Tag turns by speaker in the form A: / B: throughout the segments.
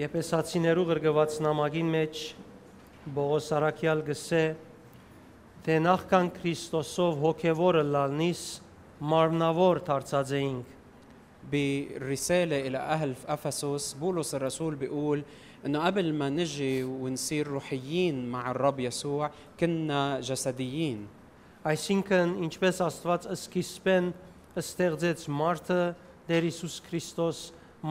A: Եփեսացիներու գրգված նամակին մեջ Բողոս Արաքյալ գսե թե նախքան Քրիստոսով հոգևորը լալնիս մարմնավոր դարձած էինք
B: برسالة إلى أهل في أفسس بولس الرسول بيقول إنه قبل ما نجي ونصير روحيين مع الرب يسوع كنا جسديين
A: այսինքն ինչպես Աստված սկիզբեն ստեղծեց մարդը Տեր Հիսուս Քրիստոս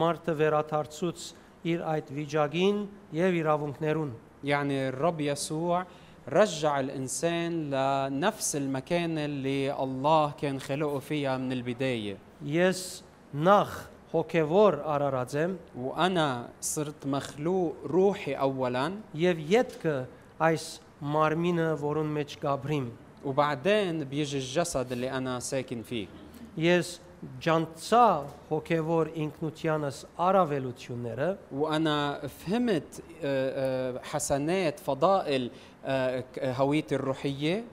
A: մարդը վերաթարցուց իր այդ վիճակին եւ իրավունքներուն
B: يعني الرب يسوع رجع الإنسان لنفس المكانة اللي الله كان خلقه فيها من البداية
A: ես նախ հոգևոր արարած եմ
B: وأنا صرت مخلوق روحي أولاً
A: եւ յետքը այս մարմինը որուն մեջ գաբրիմ
B: وبعدين بيجي الجسد اللي أنا ساكن فيه
A: ես ջանցա հոգևոր ինքնությանս արավելությունները
B: وأنا فهمت آه، آه، حسنات فضائل آه، ك- هويتي الروحية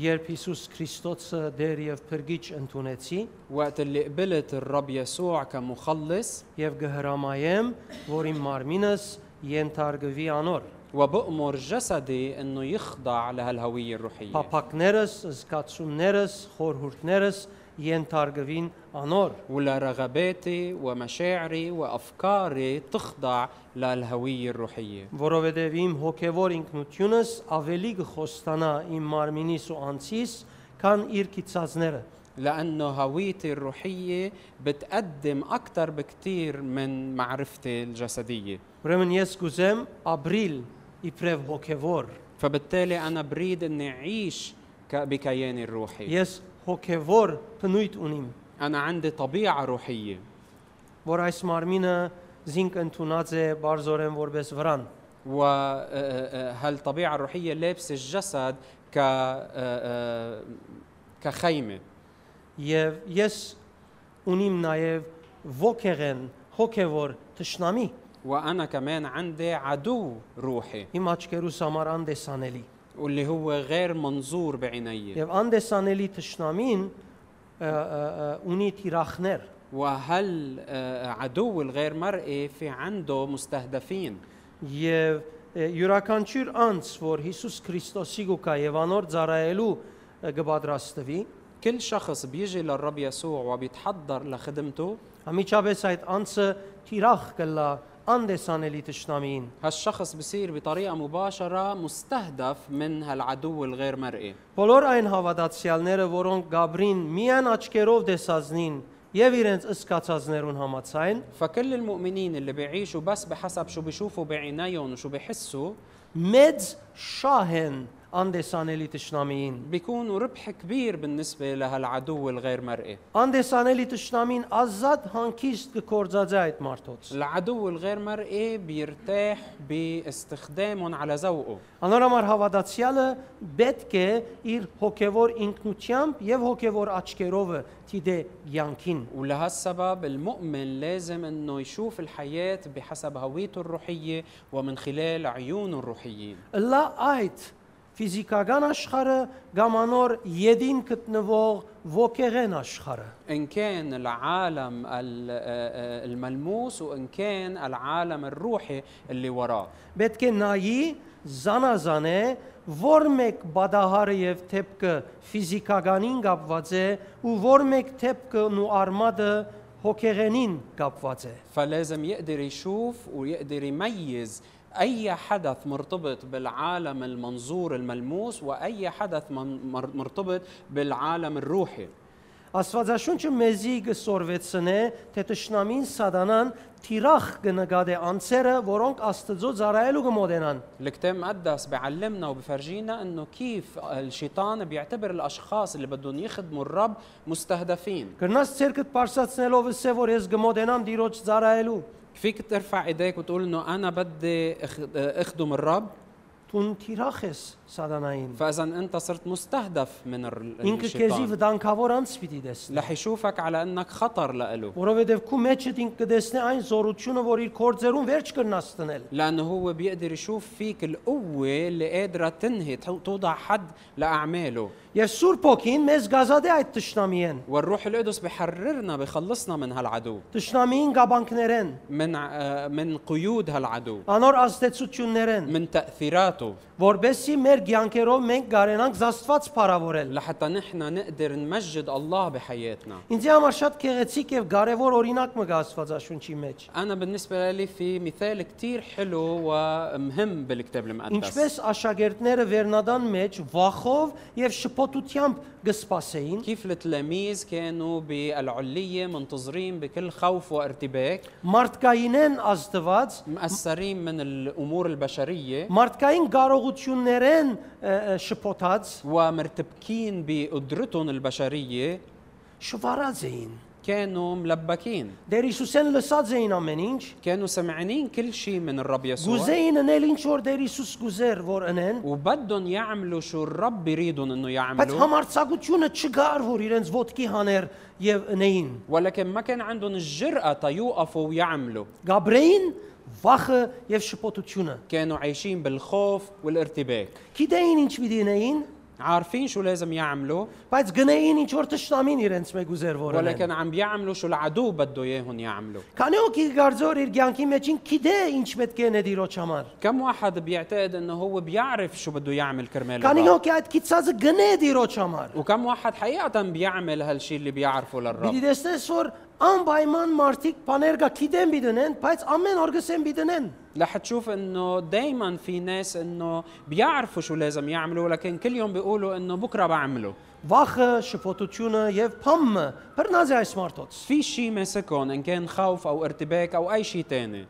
A: Երբ Հիսուս Քրիստոսը դեր եւ փրկիչ ընդունեցի
B: وقت اللي قبلت الرب يسوع كمخلص
A: եւ գհրամայեմ, որ իմ մարմինս ենթարկվի անոր։
B: وبأمر جسدي أنه يخضع لهالهوية الروحية
A: Փապակներս, զգացումներս, խորհուրդներս ենթարկվին անոր։
B: ولا رغباتي ومشاعري وأفكاري تخضع للهوية الروحية
A: Որովհետև իմ հոգևոր ինքնությունս ավելի կխոստանա իմ մարմինիս ու անձիս, քան իր կիցածները։
B: لأنه هويتي الروحية بتقدم أكثر بكتير من معرفتي الجسدية
A: Ուրեմն ես կուզեմ ապրիլ իբրև հոգևոր։
B: فبالتالي أنا بريد إني أعيش ك- بكياني الروحي
A: Ես հոգևոր բնույթ ունիմ,
B: أنا عندي طبيعة روحية
A: որ այս մարմինը զինք ընդունած է բարձորեն որպես վրան։
B: آه، وهالطبيعة الروحية لابسة الجسد ك آه، آه، كخيمة
A: Եվ ես ունիմ նաև ոգեղեն, հոգևոր ճշնամի
B: وأنا كمان عندي عدو روحي
A: իմ աչքերուս համար անդեսանելի։
B: واللي هو غير منظور بعيني
A: Եվ անդեսանելի ճշնամին ը, ը, ը, ունի թիրախներ,
B: وهل آه، عدو الغير مرئي في عنده مستهدفين
A: եւ ը, յուրաքանչյուր անձ, որ Հիսուս Քրիստոսի գոկա եւ անոր ծառայելու ը, կպատրաստվի,
B: كل شخص بيجي للرب يسوع وبيتحضر لخدمته
A: ամիջապես այդ անձը թիրախ կլա անդեսանելի ճշնամին։
B: هالشخص بصير بطريقة مباشرة مستهدف من هالعدو الغير مرئي
A: Բոլոր այն հավատացյալները, որոնք Գաբրին միայն աչքերով տեսածնին եւ իրենց ըսկացածներուն համացայն,
B: فكل المؤمنين اللي بيعيشوا بس بحسب شو بيشوفوا بعينيهم وشو بيحسوا
A: մեծ շահ են անդեսանելի ճշնամին։
B: بيكونوا ربح كبير بالنسبة لهالعدو الغير مرئي
A: Անդեսանելի ճշնամին ազատ հանգիստ կկործածի այդ մարդոց։
B: العدو الغير مرئي بيرتاح باستخدامهم على ذوقه
A: Անոր համար հավատացյալը պետք է իր հոգևոր ինքնությամբ եւ հոգևոր աչքերով դիտե յանքին։
B: ولهالسبب المؤمن لازم انه يشوف الحياة بحسب هويته الروحية ومن خلال عيونه الروحيين
A: Լա այդ ֆիզիկական աշխարհը կամ անոր յեդին գտնվող ոգեղեն աշխարհը։
B: إن كان العالم ال- آه، آه، الملموس وإن كان العالم الروحي اللي وراه
A: Պետք է նայի զանազանե որ մեկ բադահարը եւ թեփքը ֆիզիկականին կապված է ու որ մեկ թեփքն ու արմատը հոգեղենին կապված է։
B: فلازم يقدر يشوف ويقدر يميز أي حدث مرتبط بالعالم المنظور الملموس وأي حدث من- مر- مرتبط بالعالم الروحي
A: Աստվածաշունչը մեզի գսորվեցնե, թե ճշնամին սատանան թիրախ կնկատե անձերը, որոնք Աստծո ծառայելու կմոտենան։
B: الكتاب المقدس بيعلمنا وبفرجينا انه كيف الشيطان بيعتبر الاشخاص اللي بدهم يخدموا الرب مستهدفين
A: Գրնաս ցերկդ པարսացնելով ասե, որ ես կմոտենամ Տիրոջ ծառայելու։
B: فيك ترفع ايديك وتقول انه انا بدي أخ- اخدم الرب
A: Տուն թիրախ ես սատանային։
B: فاذا انت صرت مستهدف من الر-
A: Ինքը քեզի
B: الشيطان
A: վտանգավոր անց պիտի դեսնի,
B: رح يشوفك على انك خطر لإله
A: որովհետև քու մեջդ ինքը կդեսնի այն զորությունը, որ իր կորձերուն վերջ կրնաս տնել։
B: لانه هو بيقدر يشوف فيك القوه اللي قادره تنهي تو- توضع حد لاعماله
A: Եվ Սուրբ Օքին մեզ գազադե այդ ճշնամիեն։
B: والروح القدس بحررنا بخلصنا من هالعدو
A: Ճշնամիին գաբանքներեն,
B: من ع- آه، من قيود هالعدو
A: անոր ազդեցություններեն,
B: من تاثيراته
A: որբեսի մեր ցանկերով մենք կարենանք զաստված փառավորել։
B: لحتى نحن نقدر نمجد الله بحياتنا
A: Ինձ համար շատ քեղեցիկ եւ կարեւոր օրինակ մը գա Աստվածաշունչի մեջ։
B: أنا بالنسبة لي في مثال كتير حلو ومهم بالكتاب المقدس
A: Ինչպես աշակերտները Վերնադան մեջ վախով եւ շփոթությամբ գսպասեին,
B: كيف التلاميذ كانوا بالعلية منتظرين بكل خوف وارتباك
A: մարդկայինեն ազդված
B: مأثرين من الأمور البشرية
A: մարդկային կարողություններեն ը, ը, շփոթած
B: ومرتبكين بقدرتهم البشرية
A: շվարած էին։
B: كانوا ملبكين
A: Դեր Հիսուսեն լսած էին ամեն ինչ,
B: كانوا سمعانين كل شيء من الرب يسوع
A: գուզեին ընել ինչ որ Դեր Հիսուս գուզեր որ ընեն,
B: وبدهم يعملوا شو الرب بيريدهم انه
A: բայց
B: يعملوا
A: համարցակությունը չգար որ իրենց ոտքի հաներ եւ ընեին։
B: ولكن ما كان عندهم الجرأة تيوقفوا ويعملوا
A: Գաբրեին վախը եւ շփոթությունը։
B: كانوا عايشين بالخوف والارتباك
A: Գիտեին ինչ պիտի ընեին,
B: عارفين شو لازم يعملوا
A: բայց գնային ինչ որ ճշտամին իրենց մեգուզեր որ ընեն։
B: ولكن عم بيعملوا شو العدو بده اياهم يعملوا
A: Քանի օքի գարձոր իր ցանկի մեջ ին գիտե ինչ պետք է նե դիրոջ համար։
B: كم واحد بيعتقد انه هو بيعرف شو بده يعمل كرمال
A: Քանի
B: الرب
A: օքի այդ քիծածը գնե դիրոջ համար։
B: وكم واحد حقيقة بيعمل هالشي اللي بيعرفه
A: Մի
B: للرب
A: դեսնես որ անպայման մարդիկ բաներ գա գիտեն բիդնեն, բայց ամեն օր գսեն բիդնեն։
B: رح تشوف انه دايما في ناس انه بيعرفوا شو لازم يعملوا ولكن كل يوم بيقولوا انه بكره بعمله
A: Վախը, շփոթությունը եւ փամը բռնազի այս մարդոց։
B: في شيء ماسكهم ان كان خوف او ارتباك او اي شيء تاني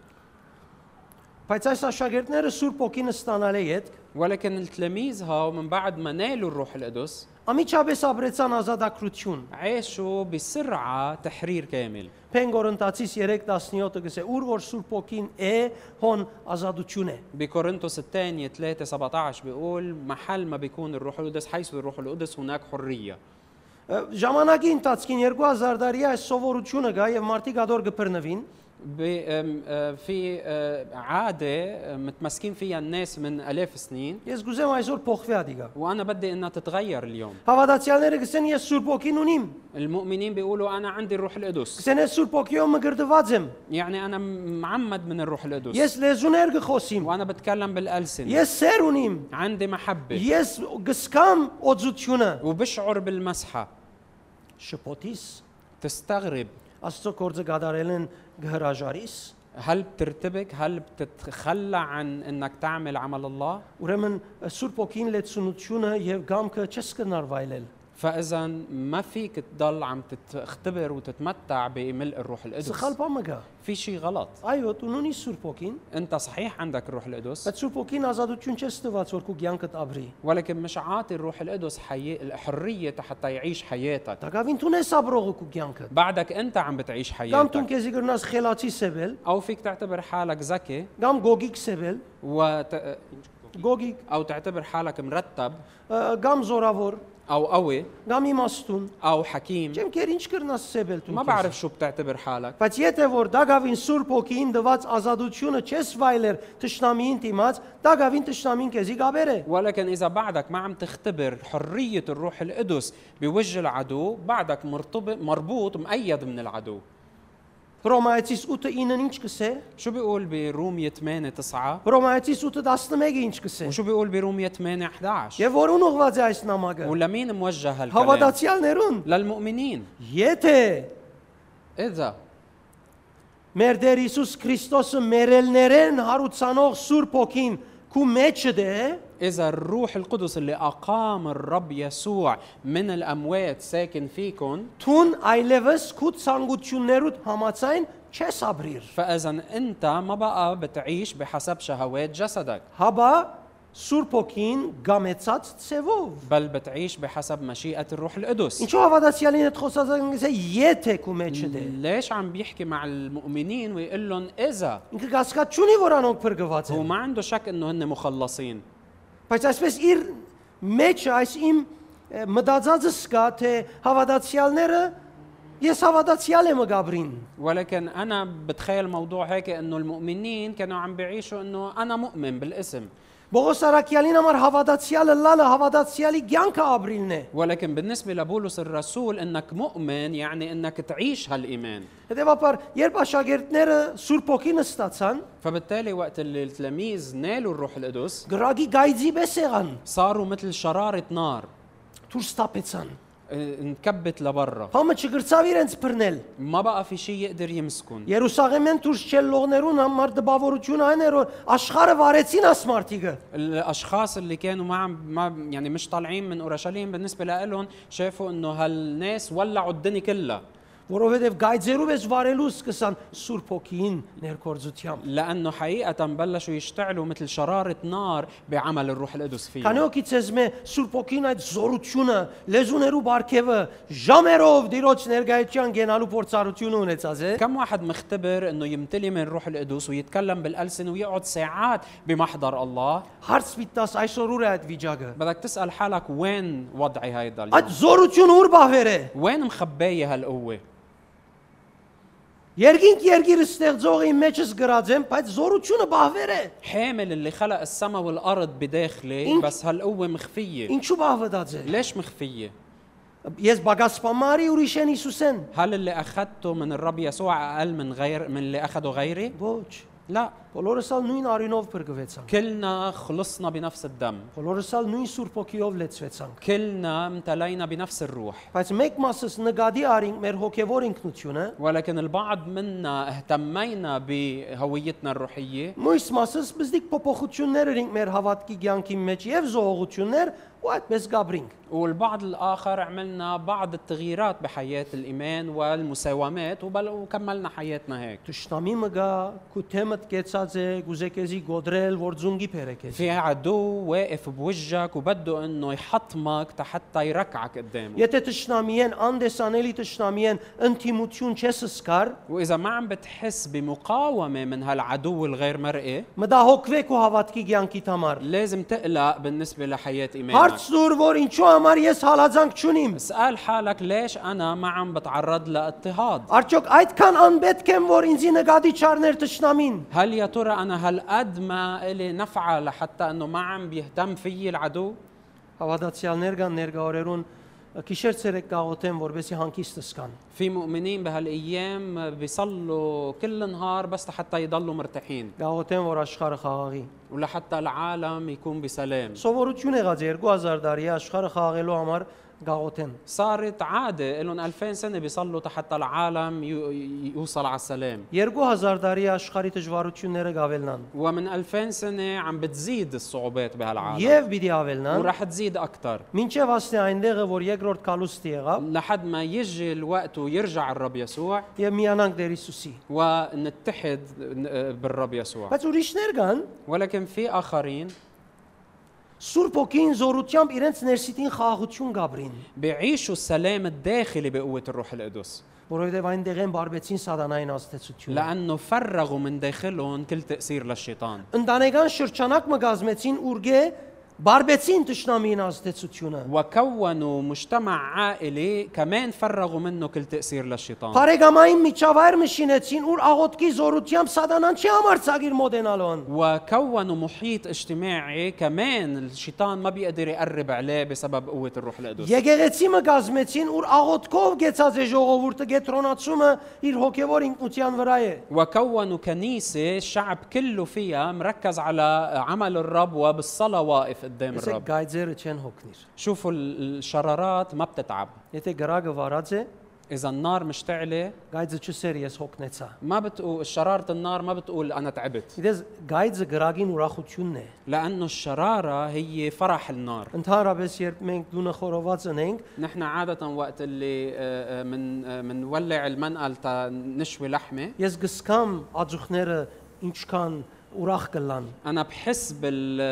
A: Բայց այս աշակերտները Սուրբ Օքինը ստանալե իդ
B: ولكن التلاميذ هاو من بعد ما نالوا الروح القدس
A: ամիջապես ապրեցան ազատագրություն։
B: عاشوا بسرعة تحرير كامل
A: Փենգորընտացիս 3:17-ը գսե՝ ուր որ Սուրբ Օքին է, հոն ազատություն է։
B: بكورنثوس الثانية 3 17 بيقول محل ما بيكون الروح القدس حيث الروح القدس هناك حرية
A: Ա, Ժամանակի ընթացքին 2000 տարի այս սովորությունը գա եւ մարդիկ ադոր գբռնվին,
B: ب- أم، آه، في آه، عادة آه، متمسكين فيها الناس من آلاف السنين
A: ես գուզեմ այսօր փոխվի ադիգա։
B: وأنا بدي إنها تتغير اليوم
A: Հավատացյալները գսեն ես Սուրբ Օքին ունիմ,
B: المؤمنين بيقولوا أنا عندي الروح القدس
A: գսեն ես Սուրբ Օքիով մգրդված եմ,
B: يعني أنا م- معمد من الروح القدس
A: ես լեզուներ գխոսիմ,
B: وأنا بتكلم بالألسنة
A: ես սեր ունիմ,
B: عندي محبة
A: ես գսկամ օծությունը։
B: وبشعر بالمسحة
A: Շփոթիս
B: تستغرب
A: Աստծո գործը գադարել են գհրաժարիս,
B: هل بترتبك هل بتتخلى عن انك تعمل عمل الله
A: ուրեմն Սուրբ Օքին լեցունությունը եւ գամքը չես կնար վայելել։
B: فاذا ما فيك تضل عم تختبر وتتمتع بملء الروح القدس
A: Սխալը մգա։
B: في شيء غلط
A: Այո, դու ունի Սուրբ Օքին,
B: انت صحيح عندك الروح القدس
A: բայց Սուրբ Օքին ազատություն չես տված որ քու ցանկդ ապրի։
B: ولكن مش عاطي الروح القدس حي... الحريه حتى يعيش حياتك
A: Դակավին տունես ապրողը քու ցանկդ։
B: بعدك انت عم بتعيش
A: Կամ տուն
B: حياتك
A: քեզի գրնաս խելացի սեվել,
B: او فيك تعتبر حالك ذكي
A: կամ գոգիկ սեվել,
B: وت...
A: գոգիկ,
B: او تعتبر حالك مرتب
A: ը, կամ զորավոր,
B: او قوي
A: կամ իմաստուն։
B: او حكيم
A: Չեմ քեր ինչ գրնաս սեվել
B: ما
A: տուն։ քեզ։
B: بعرف شو بتعتبر حالك
A: Բայց եթե որ Դակավին Սուրբ Օքին դված ազատությունը չես վայելեր ճշնամին դիմաց, Դակավին ճշնամին քեզի գաբեր է։
B: ولكن إذا بعدك ما عم تختبر حرية الروح القدس بوجه العدو بعدك مرتبط مربوط مقيد من العدو
A: Հռոմայեցիս 8:9-ն ինչ կսե։
B: شو بيقول برومية 8 9
A: Հռոմայեցիս 8:11-ը ինչ կսե։
B: وشو بيقول برومية 8 11
A: Եվ որուն ուղված է այս նամակը։
B: ولمين موجه هالكلام
A: Հավատացյալներուն,
B: للمؤمنين
A: եթե
B: إذا
A: մեր Տեր Հիսուս Քրիստոսը մերելներեն հարուցանող Սուրբ Օքին քու մեջը դե,
B: إذا الروح القدس اللي أقام الرب يسوع من الأموات ساكن فيكم
A: ցուն այլևս քու ցանկություններուդ համացայն չես ապրիր։
B: فإذا أنت ما بقى بتعيش بحسب شهوات جسدك
A: Հաբա Սուրբ Օքին գամեցած ծևով
B: بل بتعيش بحسب مشيئة الروح القدس
A: Ինչու հավատացյալին այդ խոսածն գսե եթե քու մեջը դե։
B: ليش عم بيحكي مع المؤمنين ويقول لهم اذا
A: Ինքը հասկացունի որ անոնք փրկված
B: هو
A: են։
B: ما عنده شك انه هن مخلصين
A: Բայց այսպես իր մեջ այս իմ ե, մտածածս կա թե հավատացյալները ես հավատացյալ եմ Գաբրին։
B: ولكن انا بتخيل موضوع هيك انه المؤمنين كانوا عم بيعيشوا انه انا مؤمن بالاسم
A: Բողոս Արաքյալին համար հավատացյալը լալը հավատացյալի ցանկը ապրիլն է։
B: ولكن بالنسبه لبولس الرسول انك مؤمن يعني انك تعيش هالايمان
A: Հետևաբար, երբ աշակերտները Սուրբ Օքինը ստացան,
B: فبالتالي وقت اللي التلاميذ نالوا الروح القدس
A: գրագի գայձի պես եղան,
B: صاروا مثل شرارة نار
A: դուրս տապեցան։
B: اه، انكبت لبرا
A: Համը չգրծավ իրենց բռնել։
B: ما بقى في شيء يقدر يمسكهم
A: Երուսաղեմեն դուրս չել լողներուն համար դպավորություն այն էր, որ աշխարը վարեցին աս մարդիկը։
B: الاشخاص اللي كانوا ما عم ما يعني مش طالعين من اورشليم بالنسبه لهم شافوا انه هالناس ولعوا الدنيا كلها
A: որովհետև գայձերով էս վարելու սկսան Սուրբ Օքին ներկործությամբ։
B: لانه حقيقه بلشوا يشتعلوا مثل شراره نار بعمل الروح القدس فيهم
A: Քանի օքի ցեզ մե Սուրբ Օքին այդ զորությունը, լեզուներու բարգևը, ժամերով դիրոց ներգայացան գենալու փորձառությունը ունեցած է։
B: كم واحد مختبر انه يمتلي من الروح القدس ويتكلم بالالسن ويقعد ساعات بمحضر الله
A: Հարց միտած այսօր ուր է այդ վիճակը։
B: بدك تسال حالك وين وضعي هيدا
A: Այդ
B: اليوم
A: զորությունը ուր բավեր է։
B: وين مخبايه هالقوه
A: Երկինք երկիրը ստեղծողի մեջս գրած եմ, բայց զորությունը բավեր է։
B: حامل اللي خلق السما والارض بداخلي
A: إنت-
B: بس هالقوه مخفيه
A: Ինչու բավված է։
B: ليش مخفيه
A: Ես բագասպամարի ուրիշեն Հիսուսեն։
B: هل اللي اخذته من الرب يسوع اقل من غير من اللي اخذه غيري
A: Ոչ,
B: لا
A: բոլորս ալ նույն արինով բրգվեցանք։
B: كلنا خلصنا بنفس الدم
A: Բոլորս ալ նույն Սուրբ Օքիով լեցվեցանք։
B: كلنا امتلينا بنفس الروح
A: Բայց մեկ մասս նկատի արինք մեր հոգևոր ինքնությունը,
B: ولكن البعض منا اهتمينا بهويتنا الروحية
A: մյուս մասս մզդիկ փոփոխություններ արինք մեր հավատքի ցանկի մեջ եւ զողողություններ ու այդպես գաբրինք։
B: والبعض الآخر عملنا بعض التغييرات بحياة الإيمان والمساومات وبل وكملنا حياتنا هيك
A: Տշնամի մգա, քութեմդ կեցած է, գուզեկեզի գոդրել, որ ձունգի փերեկես։
B: في عدو واقف بوجهك وبده انه يحطمك حتى يركعك قدامه
A: Եթե ճշնամի են, անդեսանելի ճշնամի են, ընտիմություն չես սկար,
B: واذا ما عم بتحس بمقاومه من هالعدو الغير مرئي
A: մտահոգվեք ու հավատքի ցանկիդ համար։
B: لازم تقلق بالنسبه لحياه ايمانك
A: Հարց դուր, որ ինչու համար ես հալածանք չունիմ։
B: اسال حالك ليش انا ما عم بتعرض لاضطهاد
A: Արդյոք այդքան անպետք եմ, որ ինձի նկատի չառներ ճշնամին։
B: هل يا ترى انا هالقد ما الي نفعه لحتى انه ما عم بيهتم فيي العدو
A: Հավատացյալներ կան ներգաղորերուն քիշեր ցերեկ գաղութեն, որբեսի հանկիստս կան։
B: في مؤمنين بهالايام بيصلوا كل نهار بس حتى يضلوا مرتاحين
A: Գաղութեն, որ աշխարհը խաղաղի։
B: ولحتى العالم يكون بسلام
A: Սովորություն եղած է 2000 տարի աշխարհը խաղաղելու համար գաղութեն։
B: صارت عادة لهم 2000 سنة بيصلوا حتى العالم يو- يوصل على السلام
A: 2000 տարի աշխարհի դժվարությունները գավելնան։
B: ومن 2000 سنة عم بتزيد الصعوبات بهالعالم
A: Եվ պիտի ավելնան։
B: ورح تزيد أكثر
A: Մինչև ասնե այնտեղը, որ երկրորդ կալուստի եղավ,
B: لحد ما يجي الوقت ويرجع الرب يسوع
A: եւ միանանք Տեր Հիսուսի։
B: ونتحد ن- بالرب يسوع
A: Բայց ուրիշներ կան
B: ولكن في آخرين
A: Սուրբ ոգին զորությամբ իրենց ներսիտին խաղաղություն գաբրին,
B: بيعيشوا السلام الداخلي بقوة الروح القدس
A: որովհետեւ այնտեղ են բարբեցին սատանային աստեցությունը։
B: لأنه فرغوا من داخلهم كل تأثير للشيطان
A: Ընտանեկան շրջանակ մը գազմեցին ուրգե բարբեցին ճշնամին աստեցությունը։
B: وكونوا مجتمع عائلي كمان فرغوا منه كل تأثير للشيطان
A: Բարեկամային միջավայր մը շինեցին, ուր աղոտքի զորությամբ սատանան չի համարցագիր մոդենալոն։
B: وكونوا محيط اجتماعي كمان الشيطان ما بيقدر يقرب عليه بسبب قوة الروح القدس
A: Եկեղեցի մը գազմեցին, ուր աղոտքով գեցած է ժողովուրդը գետրոնացումը իր հոգևոր ինքնության վրա է։
B: وكونوا كنيسة الشعب كله فيها مركز على عمل الرب وبالصلاة واقف قدام
A: Իսկ
B: الرب
A: գայձերը չեն հոգնիր։
B: شوفوا ال- الشرارات ما بتتعب
A: Եթե գրագը վարած է,
B: إذا النار مشتعلة
A: գայձը չսեր ես հոգնեցա։
B: ما بتقول شرارة النار ما بتقول أنا تعبت
A: Գիտես, գայձը գրագին ուրախությունն է։
B: لأنه الشرارة هي فرح النار
A: Ընդհանրապես երբ մենք դունը խորոված ունենք,
B: نحن عادة وقت اللي آه، آه، من آه، منولع المنقل تا نشوي لحمة
A: ես գսկամ աձուխները ինչքան ուրախ կլան,
B: انا بحس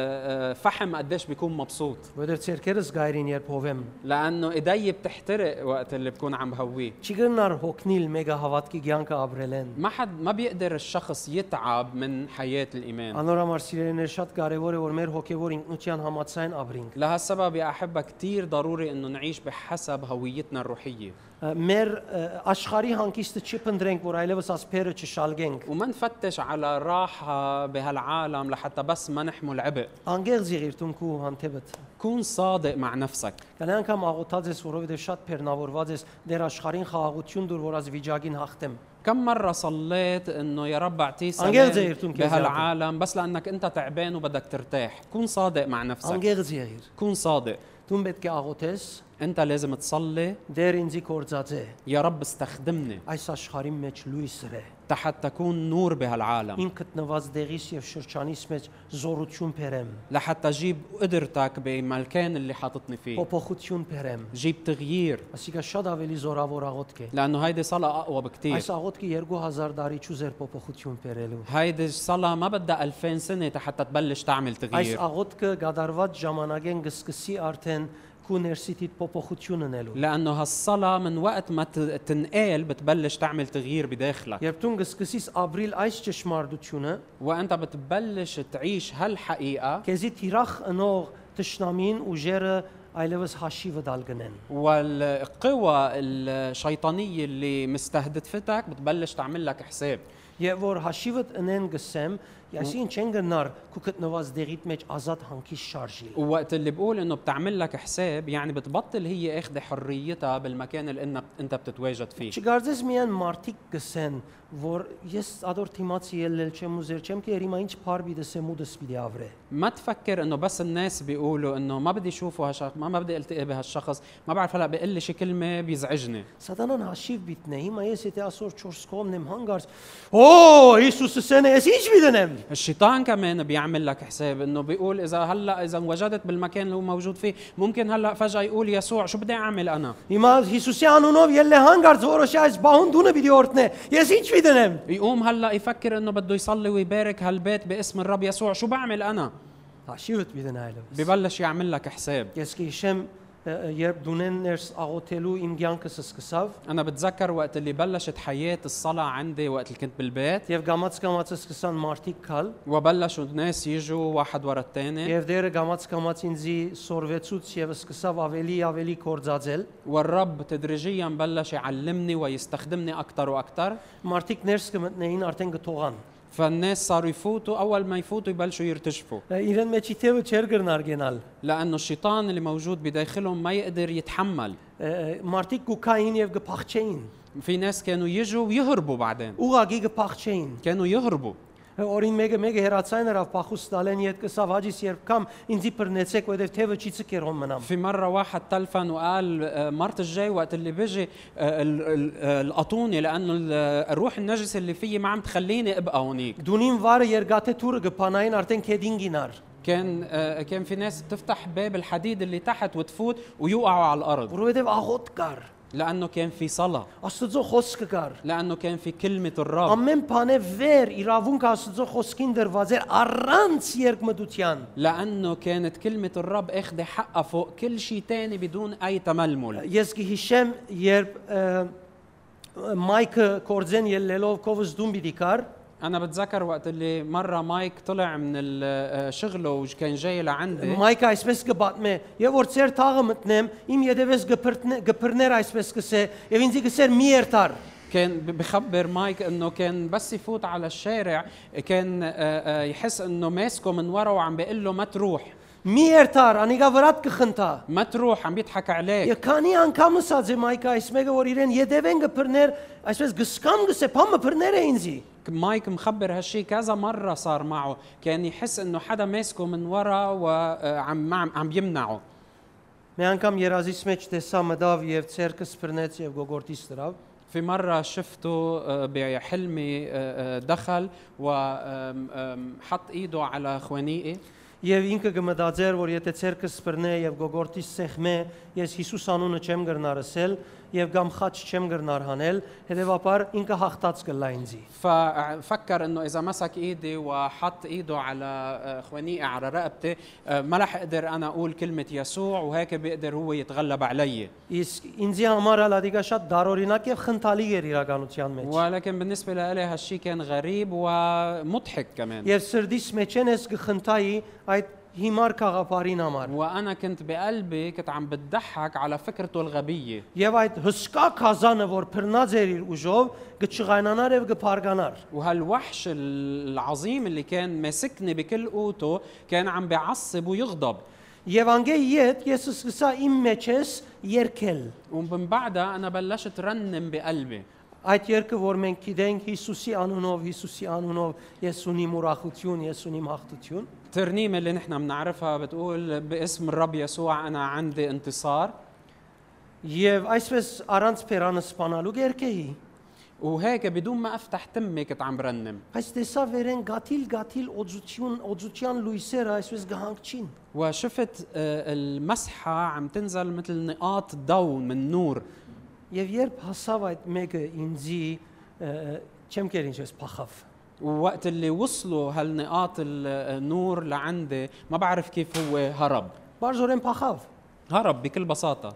B: بالفحم قديش بيكون مبسوط
A: որտեղ ցերկերս գայրին երբ հովեմ։
B: لانه ايدي بتحترق وقت اللي بكون عم بهويه
A: Չի գնար հոգնիլ մեգա հավատքի ցանկը ապրելեն։
B: ما حد ما بيقدر الشخص يتعب من حياه الايمان
A: Անորամար սիրելիներ շատ կարևոր է որ մեր հոգևոր ինքնության համացան ապրենք։
B: لهالسبب يا احبه كثير ضروري انه نعيش بحسب هويتنا الروحيه
A: Մեր ը, աշխարհի հանգիստը չփնտրենք, որ այլևս ասփերը չշալգենք։
B: وما نفتش على راحه بهالعالم لحتى بس ما نحمل عبء
A: Անգեղ զիղիրտունքու հանդեպդ։
B: كون صادق مع نفسك
A: Կան անգամ աղոթած ես, որովհետև շատ բեռնավորված ես դեր աշխարհին խաղաղություն դուր որած վիճակին հաղթեմ։
B: كم مرة صليت انه يا رب اعطيه
A: أنجز زي
B: سلام
A: يرتون كيف
B: بهالعالم بس لانك انت تعبان وبدك ترتاح، كون صادق مع نفسك،
A: Անգեղ զիղիր։
B: كون صادق،
A: Դու պետք է աղոթես,
B: انت لازم تصلي
A: դեր ինձի կործած է։
B: يا رب استخدمني
A: Այս աշխարհի մեջ լույսը է։
B: حتى تكون نور بهالعالم،
A: Ինքդ նված դեղիս եւ շրջանիս մեջ զորություն բերեմ,
B: لحتى جيب قدرتك بالمكان اللي حاططني فيه،
A: փոփոխություն բերեմ։
B: جيب تغيير،
A: Այսինքն շատ ավելի զորավոր աղոթք է։
B: لانه هيدي صلاة اقوى بكتير،
A: Այս աղոթքը 2000 տարի չուզեր փոփոխություն բերելու։
B: هيدي الصلاة ما بدها 2000 سنة حتى تبلش تعمل
A: Այս
B: تغيير،
A: աղոթքը գդարված ժամանակեն գսկսի արդեն քու ներսիտիդ փոփոխություն ունելու։
B: لانه هالصلاة من وقت ما ت- تنقال بتبلش تعمل تغيير بداخلك.
A: Երբ դու գսկսիս ապրիլ այս ճշմարտությունը,
B: وانت بتبلش تعيش هالحقيقه
A: քեզի թիրախ ընող ճշնամին ուժերը այլևս հաշիվը դալ գնեն։
B: والقوى الشيطانيه اللي مستهدفتك بتبلش تعمل لك حساب
A: Եվ որ հաշիվդ ընեն գսեմ, այսին չեն գնար քու գտնված դեղիդ մեջ ազատ հանքի շարժի։
B: ووقت اللي بقول انه بتعمل لك حساب يعني بتبطل هي اخذ حريتها بالمكان اللي إنك- انت بتتواجد فيه
A: Չգարձես միայն մարդիկ գսեն, որ ես ադոր թիմացի ելնել չեմ ուզեր, չեմ կեր հիմա ինչ բարբի դսեմ ու դս պիտի ավրե։
B: ما تفكر انه بس الناس بيقولوا انه ما بدي اشوفه هالشخص ما, ما بدي التقي بهالشخص ما بعرف هلا بيقول لي شي كلمه بيزعجني
A: Սատանան հաշիվ բիտնե, հիմա ես եթե ասոր 4 կողմն եմ հանգարց, օ, Հիսուսը սենե, ես ինչ միտենեմ։
B: الشيطان كمان بيعمل لك حساب انه بيقول اذا هلا اذا وجدت بالمكان اللي هو موجود فيه ممكن هلا فجاه يقول يسوع شو بدي اعمل انا
A: Հիմա Հիսուսի անունով ելնե հանգարց որոշի այս բահուն դունը պիտի օրտնե։ Ես ինչ միտենեմ։
B: يقوم هلا يفكر انه بده يصلي ويبارك هالبيت باسم الرب يسوع شو بعمل انا
A: Հաշիվդ միտենայլով։
B: ببلش يعمل لك حساب
A: Ես քիշեմ երբ դունեն ներս աղոթելու իմ ցանկս սկսավ
B: انا بتذكر وقت اللي بلشت حياه الصلاه عندي وقت اللي كنت بالبيت
A: եւ գամած կամած սկսան մարտիկ քալ
B: وبلشوا الناس يجوا واحد ورا الثاني
A: եւ դերը գամած կամած ինձի սորվեցուց եւ սկսավ ավելի ավելի կորձածել
B: والرب تدريجيا بلش يعلمني ويستخدمني اكثر واكثر
A: մարտիկ ներս կմտնեին արդեն գթողան
B: فالناس صاروا يفوتوا اول ما يفوتوا يبلشوا يرتجفوا
A: իրեն մեջի թեւը չեր գրնար գնալ
B: لانه الشيطان اللي موجود بداخلهم ما يقدر يتحمل
A: մարտիկ գուքային եւ գփախչեին
B: في ناس كانوا يجوا ويهربوا بعدين
A: ուղագի գփախչեին
B: كانوا يهربوا
A: Օրին մեկը մեկը հերացային հրավ փախուս տալեն իդ կսավ հաջիս երբ կամ ինձի բռնեցեք որովհետև թևը չի ցկերում մնամ։
B: في مرة واحد تلفن وقال آه، مرت الجاي وقت اللي بيجي آه، ال- ال- آه، القطوني لأنه ال- آه، الروح النجسة اللي فيي ما عم تخليني أبقى هونيك
A: Դունին վարը երգաթե թուրը գփանային արդեն քեդին գինար։
B: كان آه، كان في ناس بتفتح باب الحديد اللي تحت وتفوت ويوقعوا على الأرض
A: Որովհետև աղոտ կար,
B: لأنه كان في صلاة
A: Աստծո խոսքը կար։
B: لأنه كان في كلمة الرب
A: Ամեն բանը վեր իրավունք Աստծո խոսքին դրված էր առանց երկմտության։
B: لأنه كانت كلمة الرب أخذ حقها فوق كل شيء تاني بدون أي تململ
A: Ես կհիշեմ երբ ը, Մայքը կորձեն ելնելով կովս դուն պիտի կար
B: أنا بتذكر وقت اللي مرة مايك طلع من ال- آه، شغله وكان جاي لعندي
A: Մայքը այսպես կբատմե, եւ որ ծեր թաղը մտնեմ, իմ յետևես գփրտնե գփրներ այսպես կսե, եւ ինձի կսեր մի երթար։
B: كان ب- بخبر مايك انه كان بس يفوت على الشارع كان آه، آه، يحس انه ماسكه من ورا وعم بيقول له ما تروح
A: Մի երթար, անիկա վրատ կխնդա։
B: ما تروح عم بيضحك عليك
A: Եվ քանի անգամ ասած է Մայքը այս մեկը, որ իրեն յետևեն գփրներ, այսպես գսկամ գսե, փամը փրներ է ինձի։
B: مايك مخبر هالشي كذا مره صار معه كان يحس انه حدا ماسكه من ورا وعم عم عم يمنعه
A: Մի անգամ երազից մեջ տեսա մտավ եւ ցերկս փրնեց եւ գողորտից դրավ։
B: في مرة شفته آه، بحلمي آه، آه، دخل وحط ايده على خوانيقي
A: Եվ ինքը կմտածեր, որ եթե ցերկս սփռնե եւ գողորտի սեղմե, ես Հիսուս անունը չեմ գրնարսել եւ կամ խաչ չեմ գրնար հանել, հետեւաբար ինքը հաղթած կլայնձի։
B: ففكر انه اذا مسك ايدي وحط ايده على آه، خوانيقي على رقبتي آه، ما رح اقدر انا اقول كلمه يسوع وهيك بيقدر هو يتغلب علي
A: Իսկ ինձի համար ալադիկա շատ դարօրինակ եւ խնդալի էր իրականության մեջ։
B: ولكن بالنسبه لي هالشيء كان غريب ومضحك كمان
A: Եվ սրդիս մեջ են ես գխնդայի այդ հիմար խաղապարին համար։
B: وانا كنت بقلبي كنت عم بتضحك على فكرته الغبيه
A: Եվ այդ հսկա խազանը, որ բռնած էր իր ուժով, գճղայնանար եւ գփարգանար։
B: وهالوحش العظيم اللي كان ماسكني بكل قوته كان عم بيعصب ويغضب
A: Եվ անգե իդ ես սկսա իմ մեջես երկել։
B: ومن بعدها انا بلشت رنم بقلبي
A: Այդ երկը, որ մենք գիտենք Հիսուսի անունով, Հիսուսի անունով ես ունիմ ուրախություն, ես ունիմ հաղթություն։
B: الترنيمة اللي نحن بنعرفها بتقول باسم الرب يسوع أنا عندي انتصار
A: Եվ այսպես առանց փերանը սپانալու երկեի։
B: وهيك بدون ما أفتح تمي كنت عم برنم
A: Այս տեսա վերեն գաթիլ գաթիլ օծություն, օծության լույսերը այսպես գահանքչին։
B: وشفت آه، المسحة عم تنزل مثل نقاط ضوء من نور
A: Եվ երբ հասավ այդ մեկը ինձի, ը, չեմ կեր ինչպես փախավ։
B: ووقت اللي وصلوا هالنقاط ال- النور لعندي ما بعرف كيف هو هرب
A: Բարձորեն փախավ։
B: هرب بكل بساطة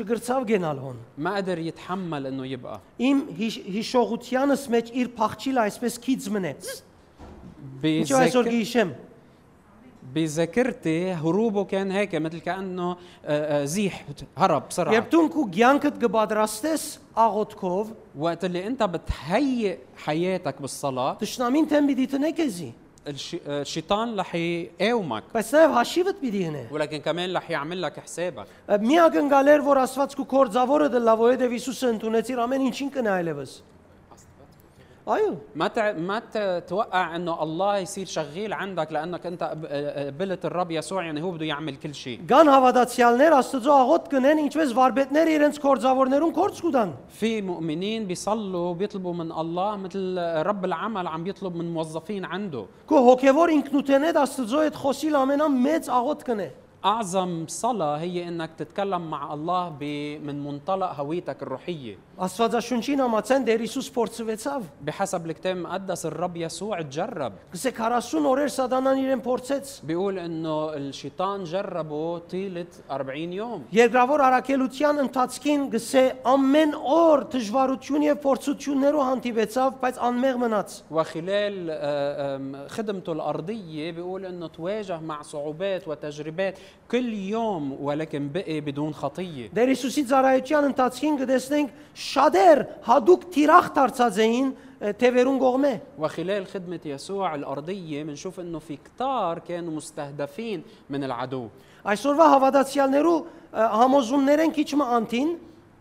A: Չգրցավ գենալհոն։
B: ما قدر يتحمل انه يبقى
A: Իմ հիշ- հիշողությանս մեջ իր փախչիլը այսպես քիծ մնաց։ Ինչու այսօր
B: بذك-
A: գիշեմ։
B: بذاكرتي هروبه كان هيك مثل كانه آه، آه، زيح هرب بسرعه
A: Երբ դու կյանքդ կբադրաստես աղոթքով,
B: وقت اللي انت بتهيئ حياتك بالصلاه
A: Տշնամին թեմ պիտի տնե քեզի,
B: الش- آه، الشيطان رح يقاومك
A: բայց նաև հաշիվդ պիտի հնե։
B: ولكن كمان رح يعمل لك حسابك
A: Մի ակնկալեր, որ Աստված կու կորձավորը դը լավ ովհետև Հիսուսը ընդունեցիր ամեն ինչին կնայելևս։ Այո,
B: ما تع... ما تتوقع انه الله يصير شغيل عندك لانك انت قب- قبلت الرب يسوع يعني هو بده يعمل كل شيء
A: կան հավատացյալներ Աստծո աղոտ կնեն, ինչպես վարպետները իրենց կորձավորներուն կորձ կուտան։
B: في مؤمنين بيصلوا بيطلبوا من الله مثل رب العمل عم يطلب من موظفين عنده
A: Կու հոգևոր ինքնութենեդ Աստծո հետ խոսիլ ամենամեծ աղոտ կնե։
B: اعظم صلاه هي انك تتكلم مع الله ب... من منطلق هويتك الروحيه
A: Աստվածաշունչին համաձայն դեր Հիսուս փորձվեցավ։
B: بحسب الكتاب المقدس الرب يسوع تجرب
A: Գսեք 40 օրեր սատանան իրեն փորձեց։
B: بيقول انه الشيطان جربه طيله 40 يوم
A: Երկրավոր առաքելության ընթացքին գսե ամեն օր դժվարություն եւ փորձություններով հանդիպեցավ, բայց անմեղ մնաց։
B: وخلال آه، آم، خدمته الارضيه بيقول انه تواجه مع صعوبات وتجربات كل يوم ولكن بقي بدون خطيه
A: Դեր Հիսուսի ծառայության ընթացքին կտեսնենք շատեր հadouk թիրախ դարձած էին ը, թևերուն կողմե։
B: وخلال خدمة يسوع الأرضية بنشوف إنه في كتار كانوا مستهدفين من العدو
A: Այսօրվա հավատացյալներու ը, համոզումներ են քիչ մը անտին,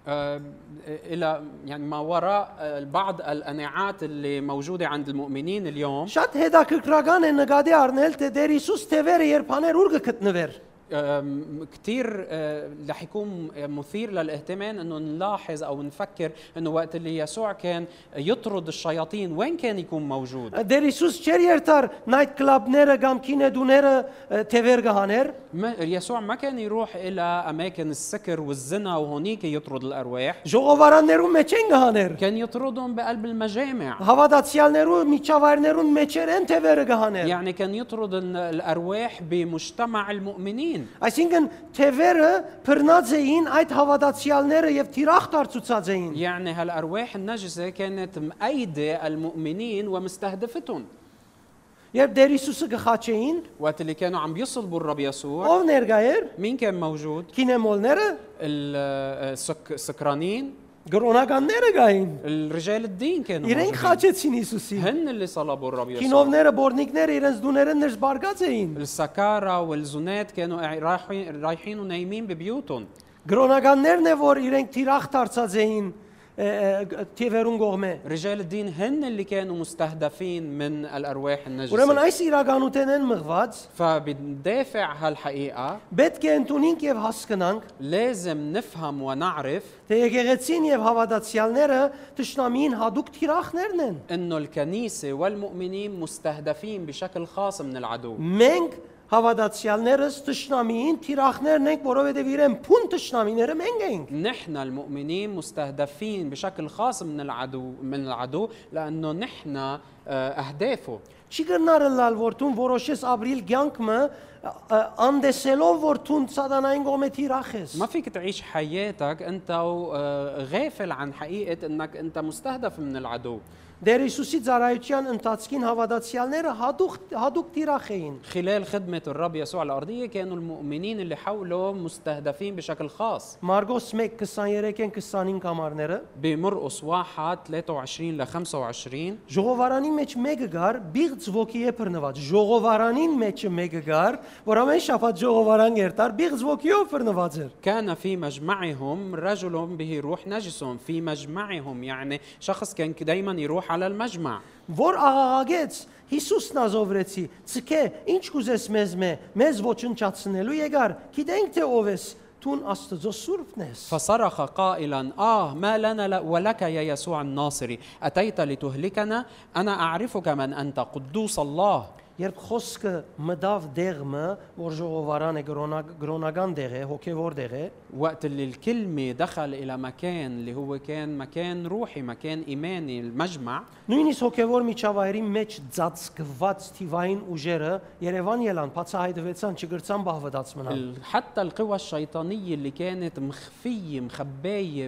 B: آه، إلى يعني ما وراء آه، بعض القناعات اللي موجودة عند المؤمنين اليوم
A: շատ հետաքրքրական է նկատի առնել, թե Դեր Հիսուս թևերը երբ աներ ուր գտնվեր։
B: آم، كتير آه، رح يكون مثير للاهتمام انه نلاحظ او نفكر انه وقت اللي يسوع كان يطرد الشياطين وين كان يكون موجود؟
A: Դեր Հիսուս չեր երթար նայթ կլաբները կամ կինեդուները ը, թևեր գահաներ,
B: ما يسوع ما كان يروح الى اماكن السكر والزنا وهونيك يطرد الارواح،
A: ժողովարաններու մեջ են գահաներ։
B: كان يطردهم بقلب المجامع،
A: Հավատացյալներու միջավայրներուն մեջեր են թևերը գահաներ։
B: يعني كان يطرد ال- الارواح بمجتمع المؤمنين،
A: Այսինքն թևերը բռնած էին այդ հավատացյալները եւ թիրախ դարձուցած էին։
B: يعني هالارواح النجسه كانت مأيده المؤمنين ومستهدفتهم،
A: Երբ Դեր Հիսուսը գխաչեին,
B: وقت اللي كانوا عم بيصلبوا الرب يسوع
A: ով ներկա էր։
B: مين كان موجود؟
A: Կինեմոլները,
B: آه، السكرانين
A: գրոնականները գային։
B: الرجال الدين كانوا
A: Իրենք
B: موجودين.
A: խաչեցին Հիսուսին։
B: هن اللي صلبوا الرب يسوع
A: Կինովները, բորնիկները իրենց դուները ներս բարգած էին։
B: السكارى والزنات كانوا قاع- رايحين رايحين ونايمين ببيوتهم
A: Գրոնականներն է որ իրենք թիրախ դարձած էին ը, ը, թևերուն կողմե։
B: رجال الدين هن اللي كانوا مستهدفين من الارواح
A: Ուրեմն
B: النجسه
A: այս իրականութեն են մղված,
B: فبندافع هالحقيقه
A: պետք է ընդունենք եւ հասկանանք,
B: لازم نفهم ونعرف
A: Թե եկեղեցին եւ հավատացյալները ճշնամին հadouk թիրախներն են։
B: انه الكنيسه والمؤمنين مستهدفين بشكل خاص من العدو
A: Մենք հավատացյալներս ճշնամիին թիրախներն ենք, որովհետև իրեն փուն ճշնամիները մենք ենք։
B: نحن المؤمنين مستهدفين بشكل خاص من العدو من العدو لانه نحن آه، اهدافه
A: Չի գնարնալ որթուն որոշես ապրիլ կյանքը ա- ա- անդեսելով որթուն սատանային կողմի թիրախ ես։
B: ما فيك تعيش حياتك انت وغافل عن حقيقه انك انت مستهدف من العدو
A: Դեր Հիսուսի ծառայության ընթացքին հավատացյալները հadoop հadoop թիրախ էին։
B: خلال خدمة الرب يسوع على الأرضية كانوا المؤمنين اللي حوله مستهدفين بشكل خاص
A: Մարգոս 1:23-ն 25 համարները
B: بمرقس واحد 23 ل 25
A: Ժողովարանի մեջ մեկը գար, բիղծ ոգի է բռնված։ Ժողովարանին մեջը մեկը գար, որ ամեն շաբաթ ժողովարան երթար, բիղծ ոգիով բռնված էր։
B: كان في مجمعهم رجل به روح نجس في مجمعهم يعني شخص كان دايما يروح على المجمع
A: Որ աղաղագեց Հիսուսն ազովրեցի, ցկե, ինչ կուզես մեզ մե, մեզ ոչնչացնելու եկար։ Գիտենք թե ով ես, ցուն Աստծո սուրբն ես։
B: فصرخ قائلا آه ما لنا لا- ولك يا يسوع الناصري أتيت لتهلكنا أنا أعرفك من أنت قدوس الله
A: Երբ խոսքը մտավ դեղը, որ ժողովարանը գրոնակ- գրոնական դեղ է, հոգևոր դեղ է,
B: وقت اللي الكلمة دخل إلى مكان اللي هو كان مكان روحي مكان إيماني المجمع
A: նույնիսկ հոգևոր միջավայրի մեջ ծածկված թիվային ուժերը Երևան ելան, բացահայտվեցան, չգրցան բահվդաց մնան։
B: ال- حتى القوى الشيطانية اللي كانت مخفية مخباية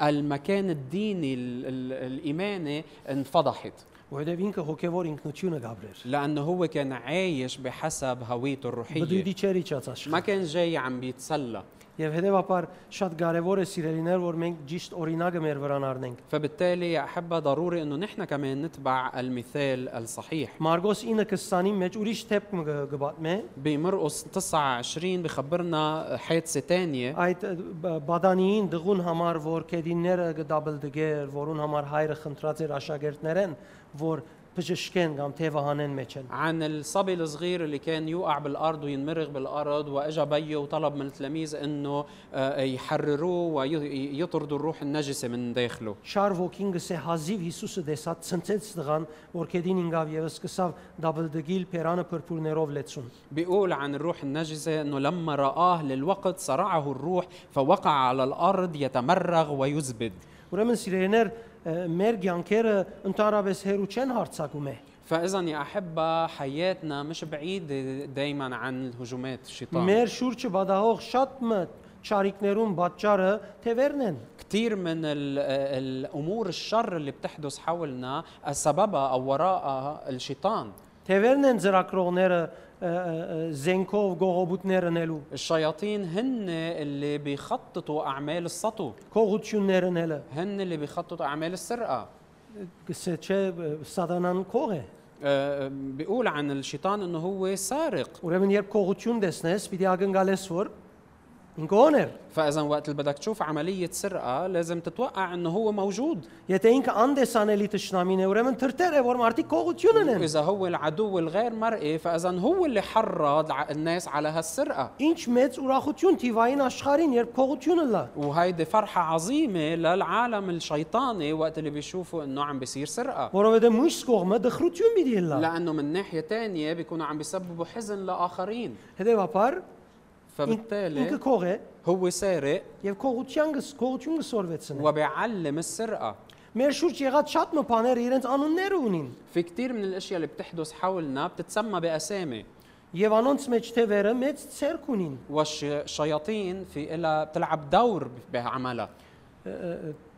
B: بالمكان الديني ال- ال- الإيماني انفضحت
A: Որովհետև ինքը հոգևոր ինքնությունը գաբրեր։
B: لأنه هو كان عايش بحسب هويته الروحية
A: Բդույդի չեր իջած աշխատ։
B: ما كان جاي عم بيتسلى
A: Եվ հետեւաբար շատ կարևոր է սիրելիներ, որ մենք ճիշտ օրինակը մեր վրան առնենք։
B: فبالتالي يا أحبة ضروري أنه نحن كمان نتبع المثال الصحيح
A: Մարգոս 9:20-ի մեջ ուրիշ թեփք մը գ- գբատմե,
B: بمرقس 29 بخبرنا حادثة تانية
A: այդ բ- բադանիին դղուն համար, որ կեդինները գդաբլդգեր, որուն համար հայրը խնդրած էր աշակերտներեն, որ բժշկեն կամ թևահանեն մեջ են։
B: عن الصبي الصغير اللي كان يوقع بالارض وينمرغ بالارض واجا بيه وطلب من التلاميذ انه آه، يحرروه ويطردوا الروح النجسه من داخله
A: Շար Ոքինգս է հազիվ Հիսուսը տեսած ցնցեց տղան, որ կեդին ինգավ եւ սկսավ դաբլդգիլ Պերանը փրփուրներով լեցուն։
B: بيقول عن الروح النجسه انه لما رآه للوقت صرعه الروح فوقع على الارض يتمرغ ويزبد
A: Ուրեմն սիրելիներ, ը, մեր ցանկերը ընդհանրապես հերու չեն հարցակում է։
B: فاذا يا احبه حياتنا مش بعيده دائما عن الهجومات الشيطان
A: Մեր շուրջը բադահող շատ մը ճարիկներուն պատճառը թևերն են։
B: كثير من ال- آه، الامور الشر اللي بتحدث حولنا سببها او وراءها الشيطان
A: Թևերն են ծրակրողները ը, ը, ը, զենքով գողոբուտներն ելու,
B: الشياطين هن اللي بيخططوا اعمال السطو
A: քողություններն ելը։
B: هن اللي بيخططوا اعمال السرقه
A: Գսե չէ ը, սատանան քող է։
B: آه، بيقول عن الشيطان انه هو سارق
A: Ուրեմն երբ քողություն տեսնես, պիտի ակնկալես որ ինքոներ։
B: فاذا وقت اللي بدك تشوف عمليه سرقه لازم تتوقع انه هو موجود
A: Եթե ինքը անդեսանելի ճշնամին է, ուրեմն թրթեր է, որ մարդիկ քողություն ունեն։
B: واذا هو العدو الغير مرئي فاذا هو اللي حرض ع- الناس على هالسرقه
A: Ինչ մեծ ուրախություն թիվային աշխարհին, երբ քողությունը լա։
B: وهيدي فرحة عظيمة للعالم الشيطاني وقت اللي بيشوفوا انه عم بيصير سرقة
A: Որովհետև մույս կողմը դխրություն մի դիլա։
B: لأنه من ناحية تانية بيكونوا عم بيسببوا حزن لآخرين
A: Հետևաբար ինք- ինքը
B: فبالتالي
A: քող է
B: هو سارق
A: եւ քողության գս քողություն գսորվեցն է։
B: وبيعلم السرقة
A: Մեր շուրջ եղած շատ մփաները իրենց անուններ ունին
B: في كثير من الأشياء اللي بتحدث حولنا بتتسمى بأسامي
A: եւ անոնց մեջ թևերը մեծ ցերկ ունին։
B: والشياطين في إلها بتلعب دور بعملها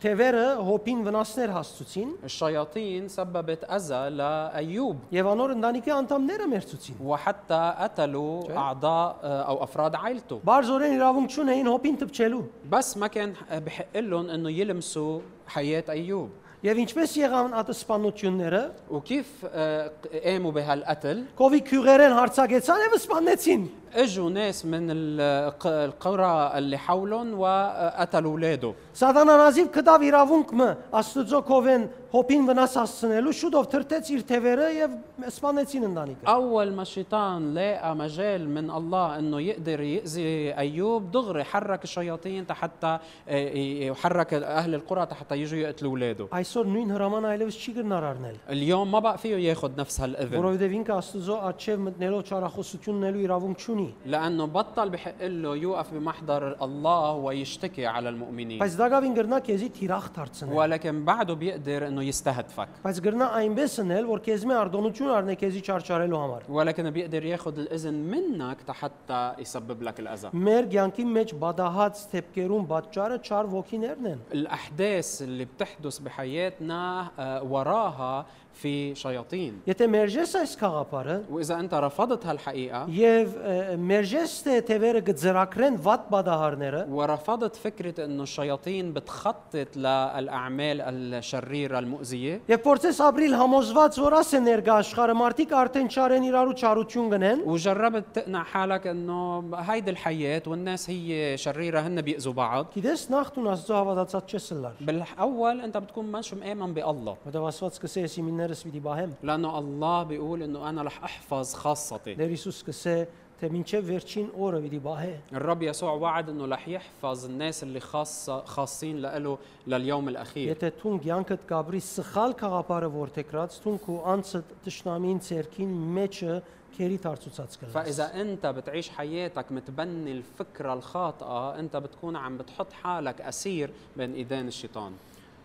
A: Թևերը հոբին վնասներ հասցուցին
B: الشياطين سببت أذى لأيوب
A: եւ անոր ընտանիքի անդամները մերցուցին։
B: وحتى قتلوا
A: شو؟
B: أعضاء آه، أو أفراد عائلته
A: Բարձորեն իրավունք չունեին հոբին տպչելու։
B: بس ما كان بحق لهم انه يلمسوا حياه ايوب
A: Եվ ինչպես եղան ատսպանությունները,
B: وكيف آه، قاموا بهالقتل
A: կովի քյուղերեն հարցակեցան եւ սպանեցին։
B: اجوا ناس من ال- ق- القرى اللي حولهم وقتلوا اولاده
A: Սատանան ազիվ կդավ իրավունքը Աստուծո կովեն հոպին վնաս հասցնելու շուտով թրթեց իր թևերը եւ սպանեցին ընտանիքը։
B: أول ما الشيطان لقى مجال من الله إنه يقدر يأذي أيوب دغري حرك الشياطين حتى وحرك أهل القرى حتى يجوا يقتلوا أولاده
A: Այսօր նույն հրաման այլևս չի գտնար առնել,
B: اليوم ما بقى فيه ياخد نفس هالإذن
A: որովհետև ինքը Աստուծո աչև մտնելով չարախոսություն ունելու իրավունք չունի։
B: لأنه بطل بحق له يوقف بمحضر الله ويشتكي على المؤمنين
A: Բայց դակավին գրնա քեզի թիրախ դարձնել։
B: ولكن بعده بيقدر إنه يستهدفك
A: Բայց գրնա այնպես ընել, որ քեզ մի արդոնություն առնե քեզի չարչարելու համար։
B: ولكن بيقدر ياخد الإذن منك حتى يسبب لك الأذى
A: Մեր ցանկի մեջ բադահած թեփկերուն պատճառը չար ոգիներն են։
B: الأحداث اللي بتحدث بحياتنا آه، وراها في شياطين
A: Եթե մերժես այս խաղապարը,
B: وإذا أنت رفضت هالحقيقة
A: Եվ ը, մերժես թե թևերը գծրակրեն վատ բադահարները,
B: ورفضت فكرة أنه الشياطين بتخطط للأعمال الشريرة المؤذية
A: եւ փորձես ապրիլ համոզված, որ ասե ներկա աշխարհը մարդիկ արդեն չարեն իրարու չարություն գնեն,
B: وجربت تقنع حالك أنه هيدي الحياة والناس هي شريرة هن بيأذوا بعض
A: գիտես նախտուն Աստծո հավատացած չես լար։
B: بالأول أنت بتكون مش مآمن بالله
A: Որտեւ Աստված կսե ես իմիններս պիտի բահեմ։
B: لأنه الله بيقول أنه أنا رح أحفظ خاصتي
A: Ներ Հիսուս կսե, թե մինչև վերջին օրը պիտի բահե։
B: الرب يسوع وعد انه رح يحفظ الناس اللي خاصه خاصين له لليوم الاخير
A: Եթե ցուն ցանկդ կաբրի սխալ խաղապարը որթեքրած, ցուն քու անցդ ճշնամին ցերքին մեջը քերի դարծուցած կլաս։
B: فاذا انت بتعيش حياتك متبني الفكره الخاطئه انت بتكون عم بتحط حالك اسير بين ايدين الشيطان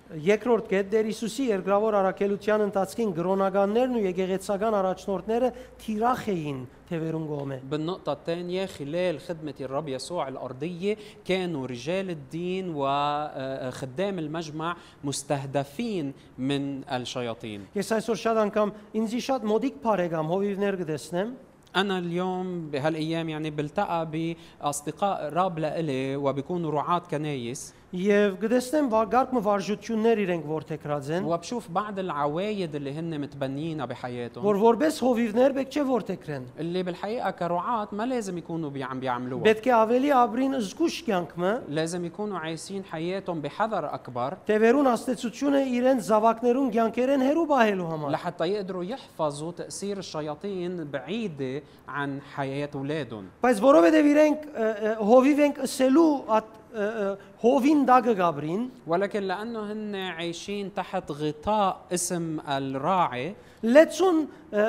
A: Երկրորդ կետ Տեր Հիսուսի երկրավոր առաքելության ընթացքին գրոնականներն ու եկեղեցական առաջնորդները թիրախ էին թևերուն գոմե։
B: بالنقطة الثانية خلال خدمة الرب يسوع الأرضية كانوا رجال الدين وخدام المجمع مستهدفين من الشياطين
A: Ես այսօր շատ անգամ ինձի շատ մոդիկ բարեկամ հովիվներ կտեսնեմ,
B: أنا اليوم بهالأيام يعني بلتقى بأصدقاء راب لإلي وبيكونوا رعاة كنايس
A: եւ կտեսնեմ վարգարկը վարժություններ իրենք որթեքրած են,
B: وبشوف بعض العوايد اللي هن متبنيينها بحياتهم
A: որ որպես հովիվներ պետք չէ որթեքրեն։
B: اللي بالحقيقة كرعاة ما لازم يكونوا بي- عم بيعملوها
A: Պետք է ավելի ապրին զգուշ կյանքը,
B: لازم يكونوا عايشين حياتهم بحذر أكبر
A: թևերուն աստեցությունը իրեն զավակներուն կյանքերեն հերու բահելու համար։
B: لحتى يقدروا يحفظوا تأثير الشياطين بعيدة عن حياة أولادهم
A: Բայց որովհետեւ իրենք ը, ը, հովիվ ենք ըսելու ատ- ը, ը, հովին դագը գաբրին
B: ولكن لأنه هن عايشين تحت غطاء اسم الراعي
A: Լեցուն ը, ը,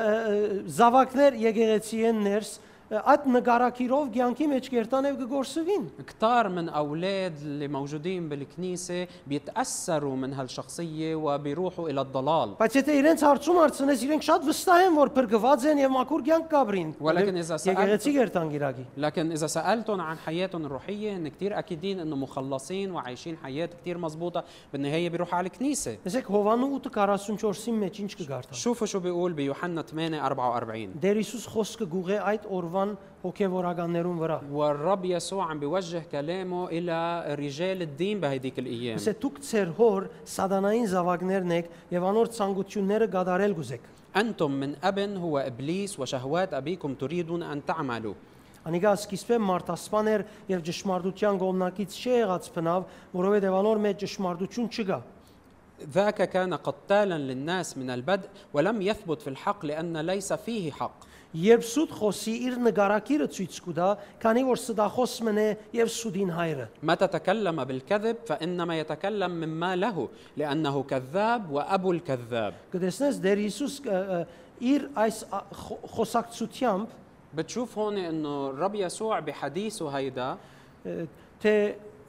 A: զավակներ եկեղեցի են ներս ը, այդ նկարակիրով ցանկի մեջ կերտանև կգործվին
B: كتار من أولاد اللي موجودين بالكنيسة بيتأثروا من هالشخصية وبيروحوا إلى الضلال
A: բայց եթե իրենց հարցում արցնես իրենք շատ վստահ են որ փրկված են եւ մաքուր ցանկ կաբրին
B: Ուղղակի ես ասա-
A: եկեղեցի կերտան գիրակի
B: لكن إذا سألتهم عن حياتهم الروحية هن كتير أكيدين إنه مخلصين وعايشين حياة كتير مزبوطة بالنهاية بيروحوا على الكنيسة
A: ասեք հովանու 8:44-ի մեջ ինչ կգարտա
B: شوفوا شو بيقول بيوحنا 8 44
A: Դեր Հիսուս խոսքը գուղե այդ օրվան հոգևորականներուն վրա
B: والرب يسوع عم بيوجه كلامه إلى رجال الدين بهديك الأيام
A: Սա դուք ծեր հոր սատանային զավակներն եք եւ անոր ցանկությունները գադարել գուզեք։
B: أنتم من أب هو إبليس وشهوات أبيكم تريدون أن تعملوا
A: Անիկա սկիզբը մարտասպան էր եւ ճշմարտության գոմնակից չի եղած բնավ, որովհետեւ անոր մեջ ճշմարտություն չկա։
B: ذاك كان قتالا للناس من البدء ولم يثبت في الحق لأن ليس فيه حق
A: Երբ սուտ խոսի իր նկարակիրը ցույց կտա, քանի որ սդախոս մնե եւ սուդին հայրը։
B: متى تكلم بالكذب فإنما يتكلم مما له لأنه كذاب وأبو الكذاب
A: Կտեսնես դեր Հիսուս ը, ը, իր այս ա- խո- խոսակցությամբ
B: بتشوف هون انه الرب يسوع بحديثه هيدا
A: ը, թե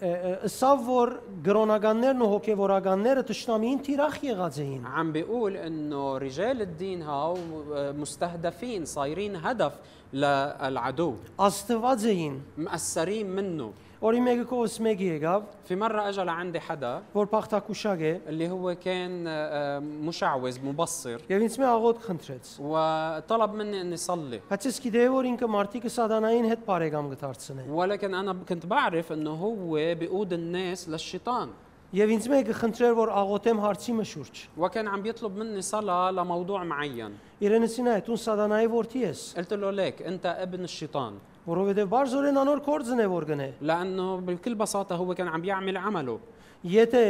A: ը, ը, ըսավ որ գրոնականներն ու հոգևորականները ճշտամին թիրախ եղած էին։
B: عم بيقول انه رجال الدين هاو آه، مستهدفين صايرين هدف للعدو
A: Աստված էին։
B: مأثرين منه
A: Օրի մեկը կողս մեկի եկավ,
B: في مرة اجى لعندي حدا
A: որ փախտակուշակ է
B: اللي هو كان آه، آه، مشعوذ مبصر
A: եւ ինձ մի աղոտ խնդրեց։
B: وطلب مني اني صلي
A: Բայց ես գիտեի որ ինքը մարդիկը սատանային հետ բարեկամ կդարձնե։
B: ولكن انا كنت بعرف انه هو بيقود الناس للشيطان
A: Եվ ինձ մեկը խնդրեր որ աղոթեմ հարցի մշուրջ։
B: وكان عم بيطلب مني صلاة لموضوع معين
A: Իրենցին այդ ուն սատանայի որդի ես,
B: قلت له ليك انت ابن الشيطان
A: որովհետև բարձորեն անոր կորձն է որ գնե։
B: لانه بكل بساطه هو كان عم بيعمل عمله
A: Եթե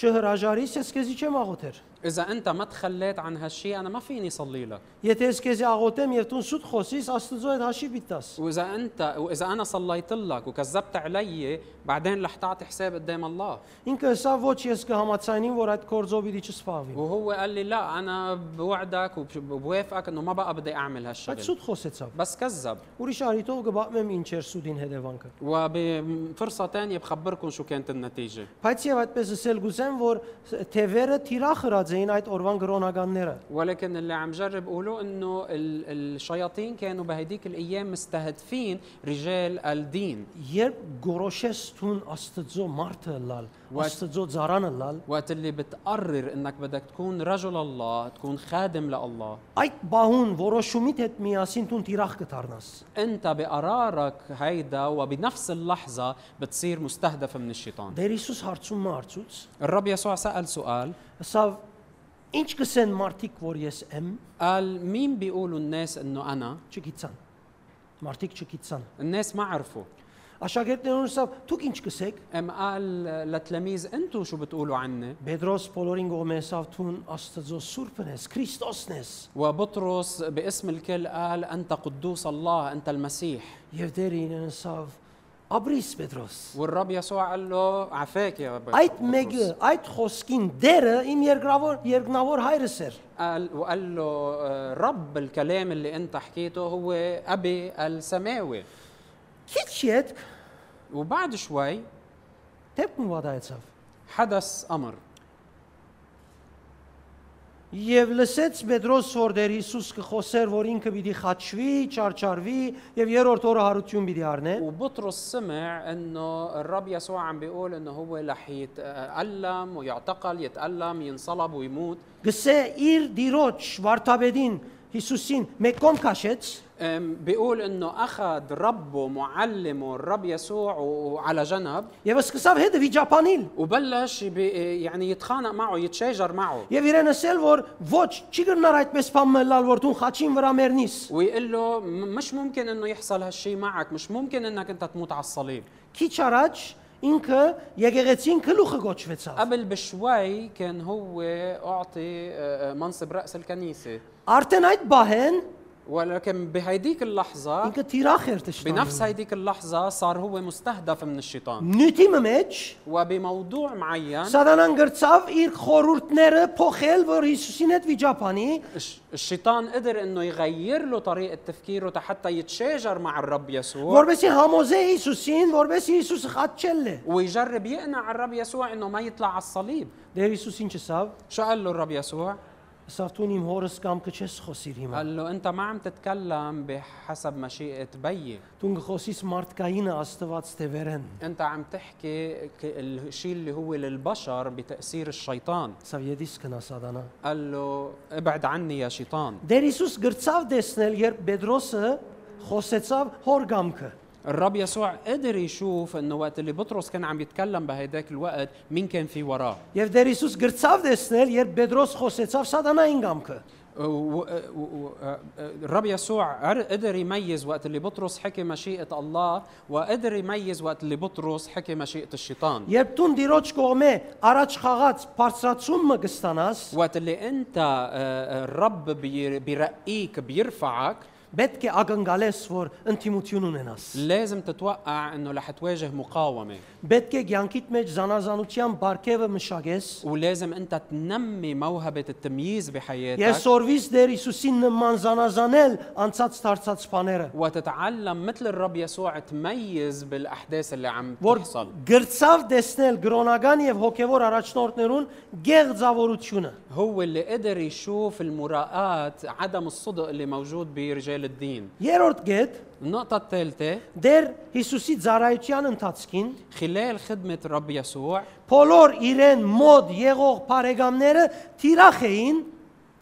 A: չհրաժարիս ես քեզի չեմ աղոթեր։
B: اذا انت ما تخليت عن هالشيء انا ما فيني صلي لك
A: Եթե ես քեզ աղոթեմ եւ դու սուտ խոսիս, Աստծո հետ հաշիվ պիտաս։
B: واذا انت واذا انا صليت لك وكذبت علي بعدين رح تعطي حساب قدام الله
A: Ինքը սա ոչ ես կհամաձայնին, որ այդ կորձով իրի չսփավի։
B: وهو قال لي لا انا بوعدك وبوافقك انه ما بقى بدي اعمل
A: Բայց
B: هالشغل
A: սուտ խոսեցավ։
B: بس كذب
A: Ուրիշ արիտով կբացեմ ինչ էր սուտին հետևանքը։
B: وبفرصه ثانيه بخبركم شو كانت النتيجه
A: Բայց եւ այդպես էսել գուսեմ, որ թևերը թիրախրած էին այդ օրվան գրոնականները։
B: ولكن اللي عم جرب اقوله انه ال- الشياطين كانوا بهديك الايام مستهدفين رجال الدين
A: Երբ գորոշես ցուն Աստծո մարդը լալ,
B: What-
A: Աստծո ծառանը լալ,
B: وقت اللي بتقرر انك بدك تكون رجل الله تكون خادم لله
A: այդ բահուն որոշումիդ հետ միասին ցուն թիրախ կդառնաս։
B: انت بقرارك هيدا وبنفس اللحظه بتصير مستهدف من الشيطان
A: Դեր Հիսուս հարցում մա արծուց,
B: الرب يسوع سال سؤال
A: ասավ ինչ կսեն մարդիկ, որ ես եմ,
B: قال مين بيقولوا الناس انه انا
A: չգիտան։ Մարդիկ չգիտան։
B: الناس ما عرفوا
A: Աշակերտներուն ասավ, դուք ինչ կսեք։
B: ام قال لتلاميذ انتوا شو بتقولوا عني
A: Պետրոս բոլորին գոմեսավ ցուն Աստծո Սուրբն ես, Քրիստոսն ես։
B: وبطرس باسم الكل قال انت قدوس الله انت المسيح
A: Եվ դեր իրեն ասավ, «Աբրիս Պետրոս»։
B: والرب يسوع قال له عفاك يا بطرس
A: Այդ մեկը, այդ խոսքին դերը իմ երկրավոր երկնավոր հայրս էր։
B: قال وقال له آه، رب الكلام اللي انت حكيته هو ابي السماوي
A: Քիչ հետ
B: وبعد شوي
A: դեպքում վադայեցավ։
B: حدث امر
A: Եվ լսեց Պետրոս, որ դեր Հիսուս կխոսեր, որ ինքը պիտի խաչվի, չարչարվի եւ երրորդ օրը հարություն պիտի առնե։
B: وبطرس سمع انه الرب يسوع عم بيقول انه هو رح يتألم ويعتقل يتألم ينصلب ويموت
A: Գսե իր դիրոջ Վարդապետին Հիսուսին մեկոմ քաշեց,
B: أم، بيقول انه اخذ ربه معلمه الرب يسوع و- وعلى جنب
A: եւ սկսավ հետը վիճապանիլ։
B: وبلش بي يعني يتخانق معه يتشاجر معه
A: Եվ իրեն ասել, որ ոչ, չի գնար այդպես փամմելալ, որ դու խաչին վրա մեռնիս։
B: ويقول له "م- مش ممكن انه يحصل هالشيء معك مش ممكن انك انت تموت على الصليب
A: Քիչ առաջ ինքը եկեղեցին գլուխը գոչվեցավ։
B: قبل بشوي كان هو اعطي آه، آه، منصب راس الكنيسه
A: Արդեն այդ բահեն
B: ولكن بهيديك اللحظه
A: ինքը թիրախ էր դժտանում։
B: بنفس هيديك اللحظه صار هو مستهدف من الشيطان
A: Նյութի մեջ
B: وبموضوع معين
A: Սատանան գրծավ իր խորուրդները փոխել, որ Հիսուսին հետ վիճապանի,
B: الش- الشيطان قدر انه يغير له طريقه تفكيره حتى يتشاجر مع الرب يسوع
A: որովհետեւ համոզե Հիսուսին, որովհետեւ Հիսուսը խաչել է։
B: ويجرب يقنع الرب يسوع انه ما يطلع على الصليب
A: Դեր Դե Հիսուսին չսավ,
B: شو قال له الرب يسوع
A: սավտուն իմ հորս կամքը չես խոսիր հիմա։
B: قال له انت ما عم تتكلم بحسب مشيئه بيي
A: Դու խոսիս մարդկայինը Աստված Տևերեն։
B: انت عم تحكي ك- الشيء اللي هو للبشر بتاثير الشيطان
A: Սավ յեդիս կնա Սատանա։
B: قال له ابعد عني يا شيطان
A: Դեր Հիսուս գրծավ տեսնել, երբ Պետրոսը խոսեցավ հոր գամքը։
B: الرب يسوع قدر يشوف انه وقت اللي بطرس كان عم يتكلم بهيداك الوقت مين كان في وراه
A: Եվ Դեր Հիսուս գրծավ տեսնել, երբ Պետրոս խոսեցավ սատանային գամքը։
B: و- أه، و- و- أه، و- الرب يسوع عر- قدر يميز وقت اللي بطرس حكي مشيئة الله وقدر يميز وقت اللي بطرس حكي مشيئة الشيطان
A: Երբ դու դիրոջ կողմե առաջ խաղած բարձրացումը կստանաս,
B: وقت اللي انت آه، الرب بي- بيرقيك بيرفعك
A: պետք է ակնկալես, որ ինտիմություն ունենաս։
B: لازم تتوقع انه رح تواجه مقاومة
A: Պետք է ցանկիտ մեջ զանազանության բարգևը մշակես։
B: ولازم انت تنمي موهبة التمييز بحياتك
A: Եսօրվից Դեր Հիսուսին նման զանազանել անցած դարձած բաները,
B: وتتعلم مثل الرب يسوع تميز بالاحداث اللي عم
A: որ
B: تحصل
A: գրծավ տեսնել գրոնական եւ հոգեվոր առաջնորդներուն գեղձավորությունը։
B: هو اللي قدر يشوف المراءة عدم الصدق اللي موجود برجال الدين
A: Երորդ գետ
B: النقطة الثالثة
A: Դեր Հիսուսի ծառայության ընթացքին
B: خلال خدمة الرب يسوع
A: բոլոր իրեն մոտ եղող բարեկամները թիրախ էին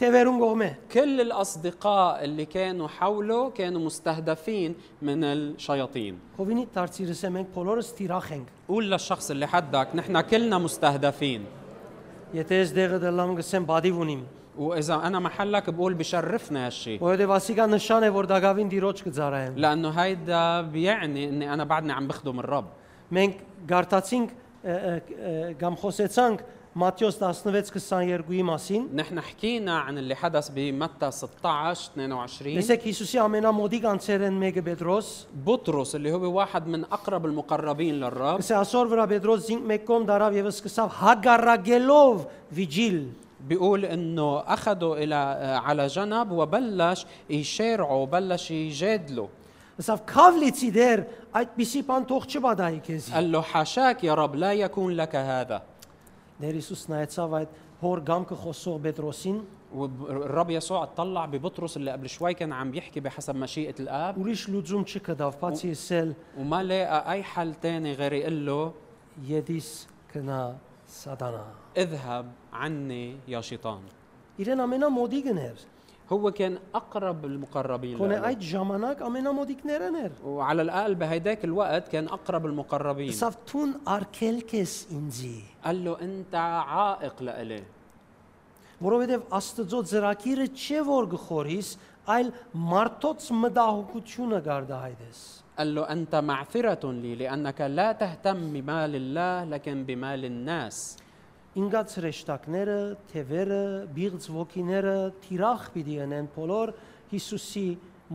A: Տևերուն գողմե։
B: كل الأصدقاء اللي كانوا حوله كانوا مستهدفين من الشياطين
A: Հովինի դարձիրս է մենք բոլորս թիրախ ենք։
B: قول للشخص اللي حدك نحن كلنا مستهدفين
A: Եթե ես դեղը դլամ գսեմ բադիվ ունիմ,
B: وإذا أنا محلك بقول بشرفنا هالشيء
A: որովհետև ASCII-ը նշան է, որ դակավին դիրոջ կծարայեմ։
B: لأنه هيدا بيعني إني أنا بعدني عم بخدم الرب
A: Մենք գարտացինք ը, ը, ը, կամ խոսեցանք Մատթեոս 16:22-ի մասին
B: نحن حكينا عن اللي حدث بمتى 16 22
A: Լսեք Հիսուսի ամենամոդիկ անձերեն մեկը Պետրոս
B: بطرس اللي هو واحد من اقرب المقربين للرب
A: Ասե ասոր վրա Պետրոս զինք մեկում դարավ եւ սկսավ հագարագելով վիջիլ
B: بيقول انه اخذه الى آه، على جنب وبلش يشارعه وبلش يجادله
A: ասավ քավլիցի դեր այդպիսի բան թող չբադայի քեզ
B: قال له حاشاك يا رب لا يكون لك هذا
A: Ներ Հիսուս նայեցավ այդ հոր գամքը խոսող Պետրոսին
B: والرب يسوع اطلع ببطرس اللي قبل شوي كان عم يحكي بحسب مشيئه الاب
A: ուրիշ լուծում չկդավ բացի էսել
B: وما لقى اي حل تاني غير يقول له
A: յեդիս կնա սատանա
B: اذهب عني يا شيطان
A: Իրեն ամենամոդիկն էր
B: هو كان اقرب المقربين
A: Կոնե
B: له
A: այդ ժամանակ ամենամոդիկներն էր։
B: وعلى الاقل بهيداك الوقت كان اقرب المقربين
A: Սավ տուն արկելքես ինձի,
B: قال له انت عائق لإلي
A: որովհետև Աստծո ծրագիրը չէ որ գխորիս, այլ մարդոց մտահոգությունը գարդահայտես։
B: قال له انت معثره لي لانك لا تهتم بمال الله لكن بمال الناس
A: Ինգած հրեշտակները, թևերը, բիղձ ոգիները թիրախ պիտի անեն բոլոր Հիսուսի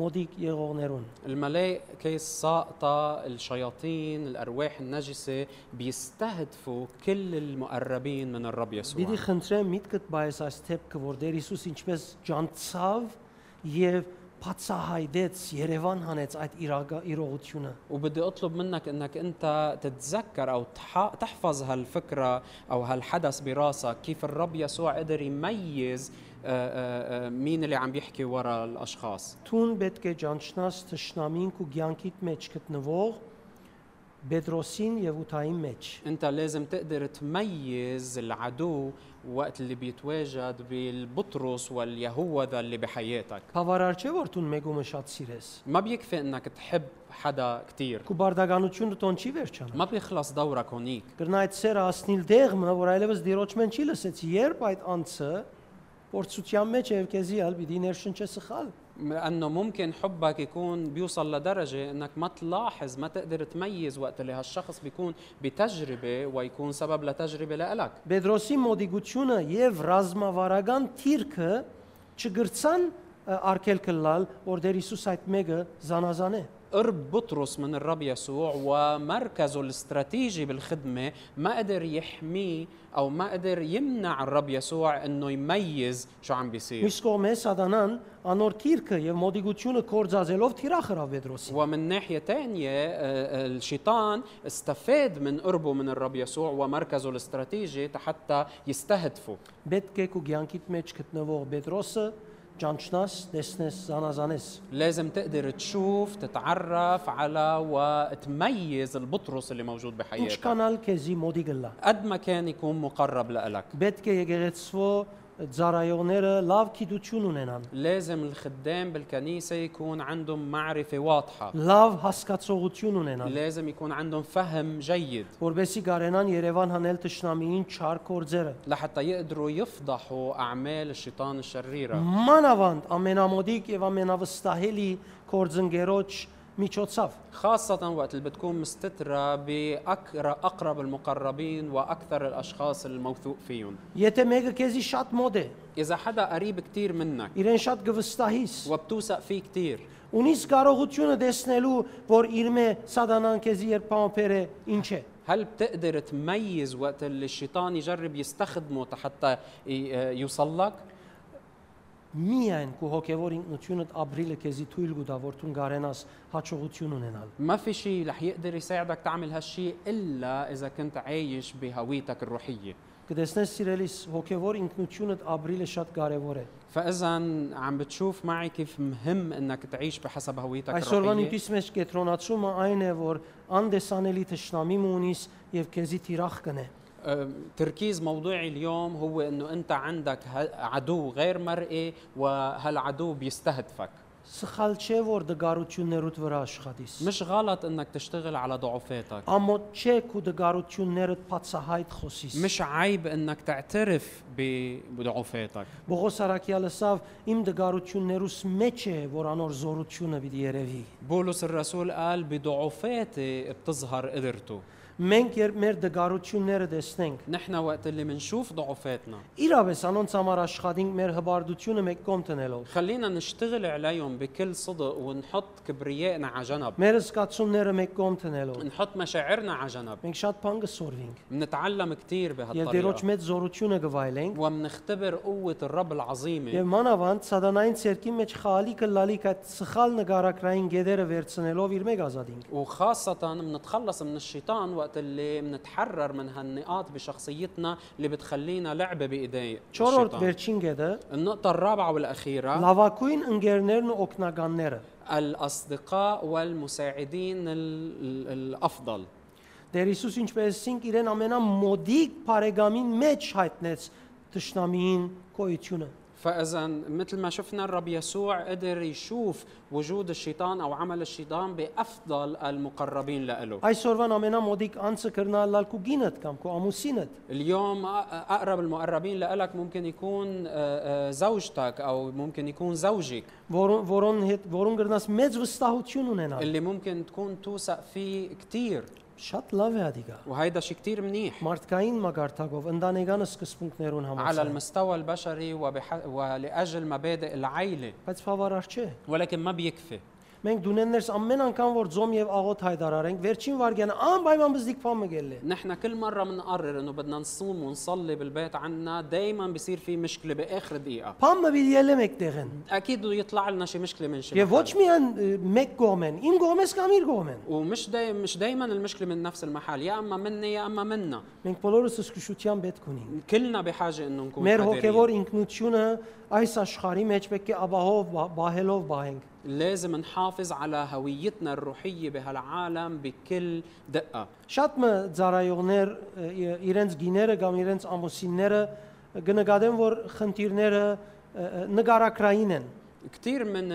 A: մոդիկ եղողներուն։
B: الملائكة الساقطة الشياطين الأرواح النجسة بيستهدفوا كل المقربين من الرب يسوع
A: Պիտի խնդրեմ միտքդ բայս այս թեփքը, որ Տեր Հիսուս ինչպես ջանցավ եւ բացահայտեց Երևան հանեց այդ իրագա- իրողությունը։
B: وبدي أطلب منك أنك أنت تتذكر أو تح- تحفظ هالفكرة أو هالحدث براسك كيف الرب يسوع قدر يميز آه، آه، آه، مين اللي عم بيحكي ورا الأشخاص
A: Տուն պետք է ճանչնաս ճշնամին ու ցանկիտ մեջ գտնվող Պետրոսին եւ Ութայի մեջ։
B: أنت لازم تقدر تميز العدو وقت اللي بيتواجد بالبطرس واليهوذا اللي بحياتك
A: Բավարար չէ որ տուն մեկումը շատ սիրես։
B: ما بيكفي انك تحب حدا كتير
A: Քու բարդականությունը տոն չի վերջանա։
B: ما بيخلص دورك هونيك
A: Կրնա այդ սերը ասնիլ դեղմը, որ այլևս դիրոճմեն չի լսեցի, երբ այդ անցը փորձության մեջ է եւ քեզի ալ պիտի ներշնչե սխալ։
B: لانه ممكن حبك يكون بيوصل لدرجه انك ما تلاحظ ما تقدر تميز وقت اللي هالشخص بيكون بتجربه ويكون سبب لتجربه لإلك
A: Պետրոսի մոդիգությունը եւ ռազմավարական թիրքը չգրցան ը, արգելքը լալ, որ Տեր Հիսուս այդ մեկը զանազանե։
B: قرب بطرس من الرب يسوع ومركزه الاستراتيجي بالخدمه ما قدر يحميه او ما قدر يمنع الرب يسوع انه يميز شو عم بيصير
A: Մյուս կողմը սատանան անոր թիրքը եւ մոդիգությունը կորցազելով թիրախ հրավ Պետրոսին։
B: ومن ناحية تانية آه، الشيطان استفاد من قربه من الرب يسوع ومركزه الاستراتيجي حتى يستهدفه
A: Պետք է քու ցանկիտ մեջ գտնվող Պետրոսը ճանչնաս, տեսնես, զանազանես։
B: لازم تقدر تشوف تتعرف على وتميز البطرس اللي موجود
A: Ինչ
B: بحياتك
A: կանալ քեզի մոդիգը լա։
B: قد ما كان يكون مقرب لإلك
A: Պետք է եկեղեցվո ծառայողները լավ գիտություն ունենան,
B: لازم الخدام بالكنيسة يكون عندهم معرفة واضحة
A: լավ հասկացողություն ունենան,
B: لازم يكون عندهم فهم جيد
A: որբեսի գարենան Երևան հանել ճշնամիին չար կորձերը։
B: لحتى يقدروا يفضحوا أعمال الشيطان
A: نعم.
B: الشريرة
A: Մանավանդ ամենամոդիկ եւ ամենավստահելի կորձընկերոջ միջոցով։
B: خاصة وقت اللي بتكون مستترة بأقرب المقربين وأكثر الأشخاص الموثوق فيهم
A: Եթե մեկը քեզի շատ մոդ է,
B: إذا حدا قريب كتير منك
A: իրեն շատ գվստահիս,
B: وبتوثق فيه كتير
A: ունիս կարողությունը տեսնելու, որ իրմե սատանան քեզի երբ ամփերը ինչ է։
B: هل بتقدر تميز وقت اللي الشيطان يجرب يستخدمه حتى آه، يوصل لك؟
A: Միայն քո հոգևոր ինքնությունդ ապրիլը քեզի թույլ գտա, որ դու կարենաս հաջողություն ունենալ։
B: ما في شيء رح يقدر يساعدك تعمل هالشيء الا اذا كنت عايش بهويتك الروحيه.
A: Կտեսնես սիրելիս հոգևոր ինքնությունդ ապրիլը շատ կարևոր է։
B: فاذا عم بتشوف معي كيف مهم انك تعيش بحسب هويتك
A: Այսօրվա
B: الروحيه.
A: նույնիս մեջ կետրոնացումը այն է, որ անդեսանելի ճշնամի մունիս եւ քեզի թիրախ կնե։
B: أم، آه، تركيز موضوعي اليوم هو انه انت عندك ه- عدو غير مرئي وهالعدو بيستهدفك.
A: Սխալ չէ, որ դգարություններուդ վրա աշխատիս։
B: مش غلط انك تشتغل على ضعفاتك.
A: Ամոթ չէ քու դգարություններդ բացահայտ խոսիս։
B: مش عيب انك تعترف ب- بضعفاتك.
A: Բողոս Արաքյալը ասավ իմ դգարություններուս մեջ է, որ անոր զորությունը պիտի երևի։
B: بولس الرسول قال بضعفاتي بتظهر قدرته
A: մենք երբ մեր դգարությունները տեսնենք
B: نحن وقت اللي منشوف ضعفاتنا
A: իրավես անոնց համար աշխատենք մեր հբարդությունը մեկ կողմ դնելով
B: خلينا نشتغل عليهم بكل صدق ونحط كبريائنا على جنب
A: մեր զգացումները մեկ կողմ դնելով
B: نحط مشاعرنا على جنب
A: մենք շատ բան կսորվենք
B: بنتعلم كثير
A: եւ դերոջ
B: بهالطريقه
A: մեծ զորությունը կվայելենք
B: وبنختبر قوة الرب العظيمة
A: եւ մանավանդ սադանային ցերկի մեջ խալիկը լալիկա սխալ նկարակրային գեդերը վերցնելով իր մեկ ազատինք
B: وخاصة بنتخلص من الشيطان وقت اللي بنتحرر من هالنقاط بشخصيتنا اللي بتخلينا لعبة بإيدي
A: Չորրորդ
B: الشيطان
A: վերջին գեդը
B: النقطة الرابعة والأخيرة
A: լավակույն ընկերներն ու օգնականները
B: الأصدقاء والمساعدين ال- ال- الأفضل
A: Տեր Հիսուս ինչպես ինք իրեն ամենամոդիկ բարեկամին մեջ հայտնեց ճշնամին կոյությունը
B: فإذا مثل ما شفنا الرب يسوع قدر يشوف وجود الشيطان أو عمل الشيطان بأفضل المقربين له
A: Այսօրվան ամենամոդիկ անձը կրնալալ քու գինդ կամ քու ամուսինդ
B: اليوم أ- أقرب المقربين لك ممكن يكون آه، آه، زوجتك أو ممكن يكون زوجك
A: որոն որոն հետ որոն կրնաս մեծ վստահություն ունենալ
B: اللي ممكن تكون توثق فيه كثير
A: շատ լավ է ադիգա
B: وهيدا شيء كثير منيح
A: մարդկային մագարտակով ընտանեկանը սկզբունքներուն
B: على
A: համաձայն
B: المستوى البشري وبح... ولأجل مبادئ العيلة
A: բայց բավարար չէ
B: ولكن ما بيكفي
A: մենք դունեններս ամեն անգամ որ ծոմ եւ աղոտ հայտարարենք վերջին վարգյանը անպայման բզդիկ փամը գելլե
B: نحن كل مرة بنقرر انه بدنا نصوم ونصلي بالبيت عنا دايما بصير في مشكلة باخر دقيقة
A: փամը վիդիելը մեկտեղեն
B: اكيد بده يطلع لنا شي مشكلة من شي
A: Եվ ոչ
B: محل.
A: միայն ը, մեկ կողմեն, իմ կողմես կամ իր կողմեն։
B: ومش داي... مش دايما المشكلة من نفس المحل يا اما مني يا اما منا
A: Մենք բոլորս զսկշության պետք ունենք։
B: كلنا بحاجة انه نكون
A: Մեր
B: حذرين.
A: հոգևոր ինքնությունը այս աշխարհի մեջ պետք է ապահով բա- բահելով բահենք։
B: لازم نحافظ على هويتنا الروحية بهالعالم بكل دقة
A: Շատ մը ծարայողներ ը, ի- իրենց գիները կամ իրենց ամուսինները գնկադեն, որ խնդիրները ը, ը, նկարակրային են։
B: كثير من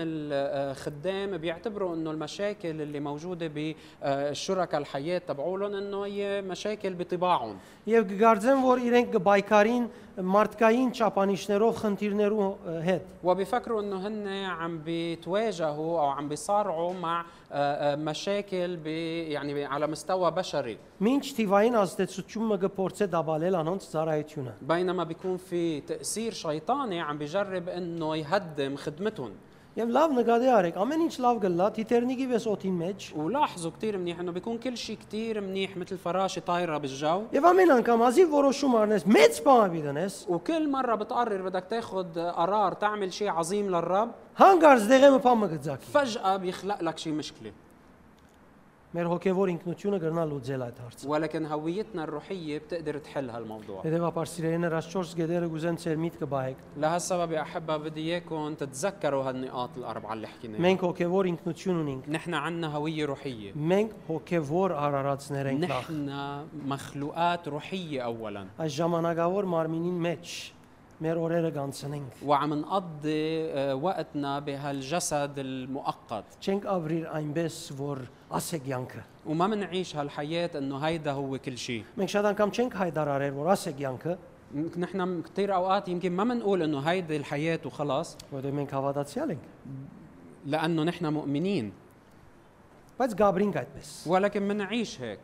B: الخدام بيعتبروا انه المشاكل اللي موجوده بالشركاء الحياه تبعولن انه هي مشاكل بطباعهم
A: Եվ գկարձեն, որ իրենք կբայկարին մարդկային ճապանիշներով խնդիրներու ը, հետ։
B: وبيفكروا انه هن عم بيتواجهوا او عم بيصارعوا مع آه، آه، مشاكل ب يعني على مستوى بشري
A: Մինչ թիվային ազդեցությունը կփորձե դաբալել անոնց ծարայությունը։
B: بينما بيكون في تاثير شيطاني عم بيجرب انه يهدم خدمتهم
A: Եվ լավ նկատի արեք, ամեն ինչ լավ գլա, թիթեռնիկի վես օթին մեջ։
B: ولاحظوا كثير منيح انه بيكون كل شيء كثير منيح مثل فراشه طايره بالجو
A: Եվ ամեն անգամ ազի որոշում առնես, մեծ բան բիդնես,
B: وكل مرة بتقرر بدك تاخد قرار تعمل شيء عظيم للرب
A: հանգարց դեղը մփամը գծակի։
B: فجأة بيخلق لك شيء مشكلة
A: Մեր հոգևոր ինքնությունը կրնա լուծել այդ հարցը։
B: ولكن هويتنا الروحية بتقدر تحل هالموضوع
A: Հետևաբար սիրելիներ, Աստծոս գեդերը գուզեն ծեր միտքը բահեք։
B: لهالسبب يا أحبة بدي إياكم تتذكروا هالنقاط الأربعة اللي حكيناها
A: Մենք հոգևոր ինքնություն ունենք։
B: نحن عنا هوية روحية
A: Մենք հոգևոր արարածներ ենք նախ։
B: نحن مخلوقات روحية أولا
A: Այս ժամանակավոր մարմինին մեջ մեր օրերը կանցնենք։
B: وعم نقضي آه، وقتنا بهالجسد المؤقت
A: Չենք ապրիր այնպես, որ ասեք յանքը։
B: وما منعيش هالحياة إنه هيدا هو كل شيء
A: Մենք շատ անգամ չենք հայտարարել, որ ասեք յանքը,
B: نحن كثير اوقات يمكن ما بنقول انه هيدي الحياه وخلاص
A: որովհետև մենք հավատացյալ ենք։
B: لانه نحن مؤمنين
A: Բայց գաբրինք այդպես։
B: ولكن منعيش هيك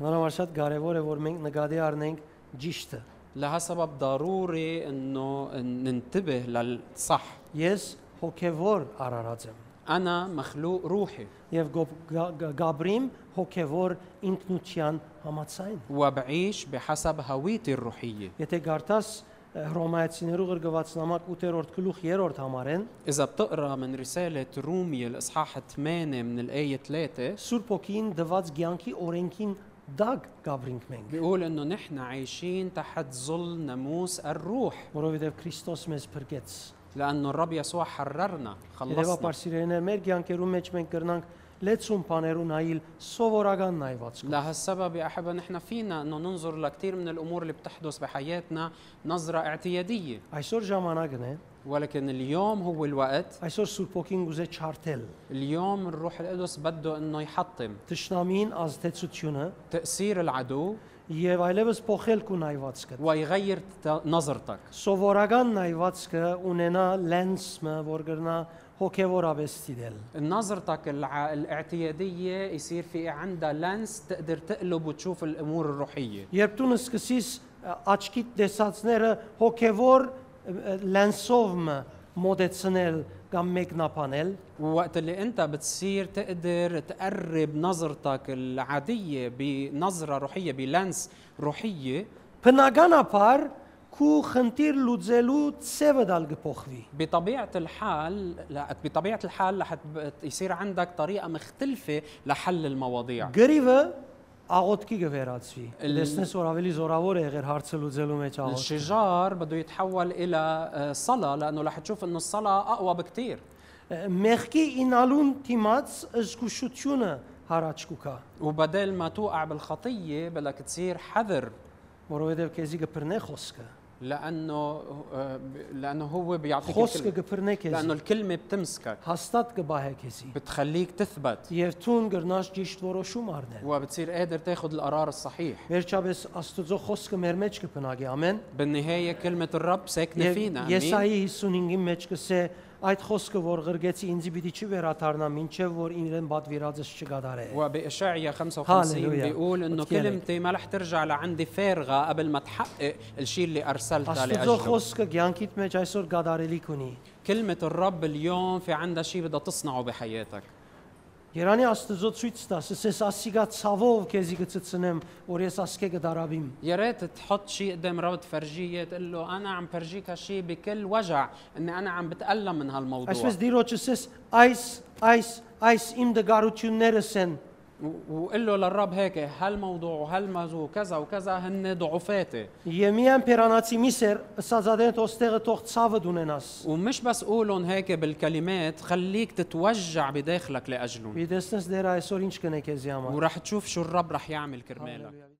A: Նորմալ շատ կարևոր է որ մենք նկատի առնենք ճիշտը։
B: لهالسبب ضروري انه ننتبه للصح
A: Ես հոգևոր արարած եմ
B: انا مخلوق روحي
A: եւ գոբ- գա- գա- գաբրիմ հոգևոր ինքնության համացայն։
B: وبعيش بحسب هويتي الروحيه
A: Եթե գարտաս ը, Հռոմայացիներու գրգված նամակ 8-րդ գլուխ 3-րդ համարեն
B: اذا بتقرا من رساله روميا الاصحاح 8 من الايه 3
A: Սուրբ ոգին դված ցանկի օրենքին դակ գաբրինք մենք,
B: بيقول انه نحن عايشين تحت ظل ناموس الروح
A: որովհետեւ Քրիստոս մեզ փրկեց։
B: لانه الرب يسوع حررنا خلصنا
A: Երևաբար սիրելիներ, մեր ցանկերու մեջ մենք կրնանք լեցուն բաներուն այլ սովորական նայվածքով։
B: لهالسبب يا أحبة نحن فينا أنه ننظر لكثير من الأمور اللي بتحدث بحياتنا نظرة اعتيادية
A: Այսօր ժամանակն է
B: ولكن اليوم هو الوقت
A: Այսօր Սուրբ ոգին գուզե չարթել
B: اليوم الروح القدس بده أنه يحطم
A: Տշնամին ազդեցությունը
B: تأثير العدو
A: եւ այլևս փոխել կու նայվածքը։
B: ويغير ت- نظرتك
A: Սովորական նայվածքը ունենա լենսը, որ գրնա հոգևոր ավեստի դել։
B: نظرتك الع... الاعتيادية يصير في عندها لانس تقدر تقلب وتشوف الأمور الروحية
A: Երբ դու սկսես աչքի տեսածները հոգևոր լենսով մոդեցնել կամ մեկնաբանել,
B: ووقت اللي أنت بتصير تقدر تقرب نظرتك العادية بنظرة روحية بلانس روحية
A: բնականաբար քու խնդիր լուծելու ծևը դալ կփոխվի։
B: بطبيعة الحال لا- بطبيعة الحال رح تب- يصير عندك طريقة مختلفة لحل المواضيع
A: Գրիվը աղոտքի կվերածվի։
B: Լ-
A: Տեսնես որ ավելի զորավոր է եղեր հարցը լուծելու մեջ աղոտ։
B: الشجار بده يتحول إلى آه، صلة لأنه رح تشوف إنه الصلة أقوى بكتير
A: Մեղքի ինալուն դիմաց զգուշությունը հարաճ կուքա,
B: وبدل ما توقع بالخطية بدك تصير حذر
A: որովհետև քեզի կբռնե խոսքը։
B: لأنه آه، ب- لأنه هو بيعطيك
A: Խոսքը
B: الكلمة.
A: կբռնե
B: لأنه
A: քեզի,
B: الكلمة بتمسكك
A: հաստատ կբահե քեզի։
B: بتخليك تثبت
A: Եվ ցուն գրնաս ճիշտ որոշում առնել։
B: وبتصير قادر تاخذ القرار الصحيح
A: Վերջապես Աստուծո խոսքը մեր մեջ կբնակի, ամեն։
B: بالنهاية كلمة الرب ساكنة
A: Եվ
B: فينا آمين.
A: Եսայի 55-ի մեջ կսե այդ խոսքը, որ գրգեցի ինձ պիտի չի վերաթարնա, ինչեւ որ իրեն պատվիրածս չգադարե։
B: وبإشعيا 55
A: هاللويا.
B: بيقول انه
A: قلت لك.
B: كلمتي ما رح ترجع لعندي فارغه قبل ما تحقق الشيء اللي ارسلتها
A: Աստուծո
B: لاجله
A: խոսքը ցանկիտ մեջ այսօր գադարելիք ունի։
B: كلمه الرب اليوم في عندها شيء بدها تصنعه بحياتك
A: Երանի Աստուծո ցույց տաս, ասես ասիգա ցավով քեզի գծցնեմ, որ ես ասկե գդարավիմ։
B: يا ريت تحط شيء قدام رب تفرجيه تقول له انا عم فرجيك هالشيء بكل وجع اني انا عم بتالم من هالموضوع
A: Այսպես դիրոջ ասես, այս այս այս իմ դգարություններս են,
B: و- وقول له للرب هيك هالموضوع وهالموضوع وكذا وكذا هن ضعفاتي
A: եւ միայն փերանացի միսեր, ասած ադեն ոստեղը թող ցավը դունենաս։
B: ومش بس قولهم هيك بالكلمات خليك تتوجع بداخلك لاجلهم
A: Մի դեսնես դեր այսօր ինչ կնեք եզի համար։
B: وراح تشوف شو الرب راح يعمل كرمالك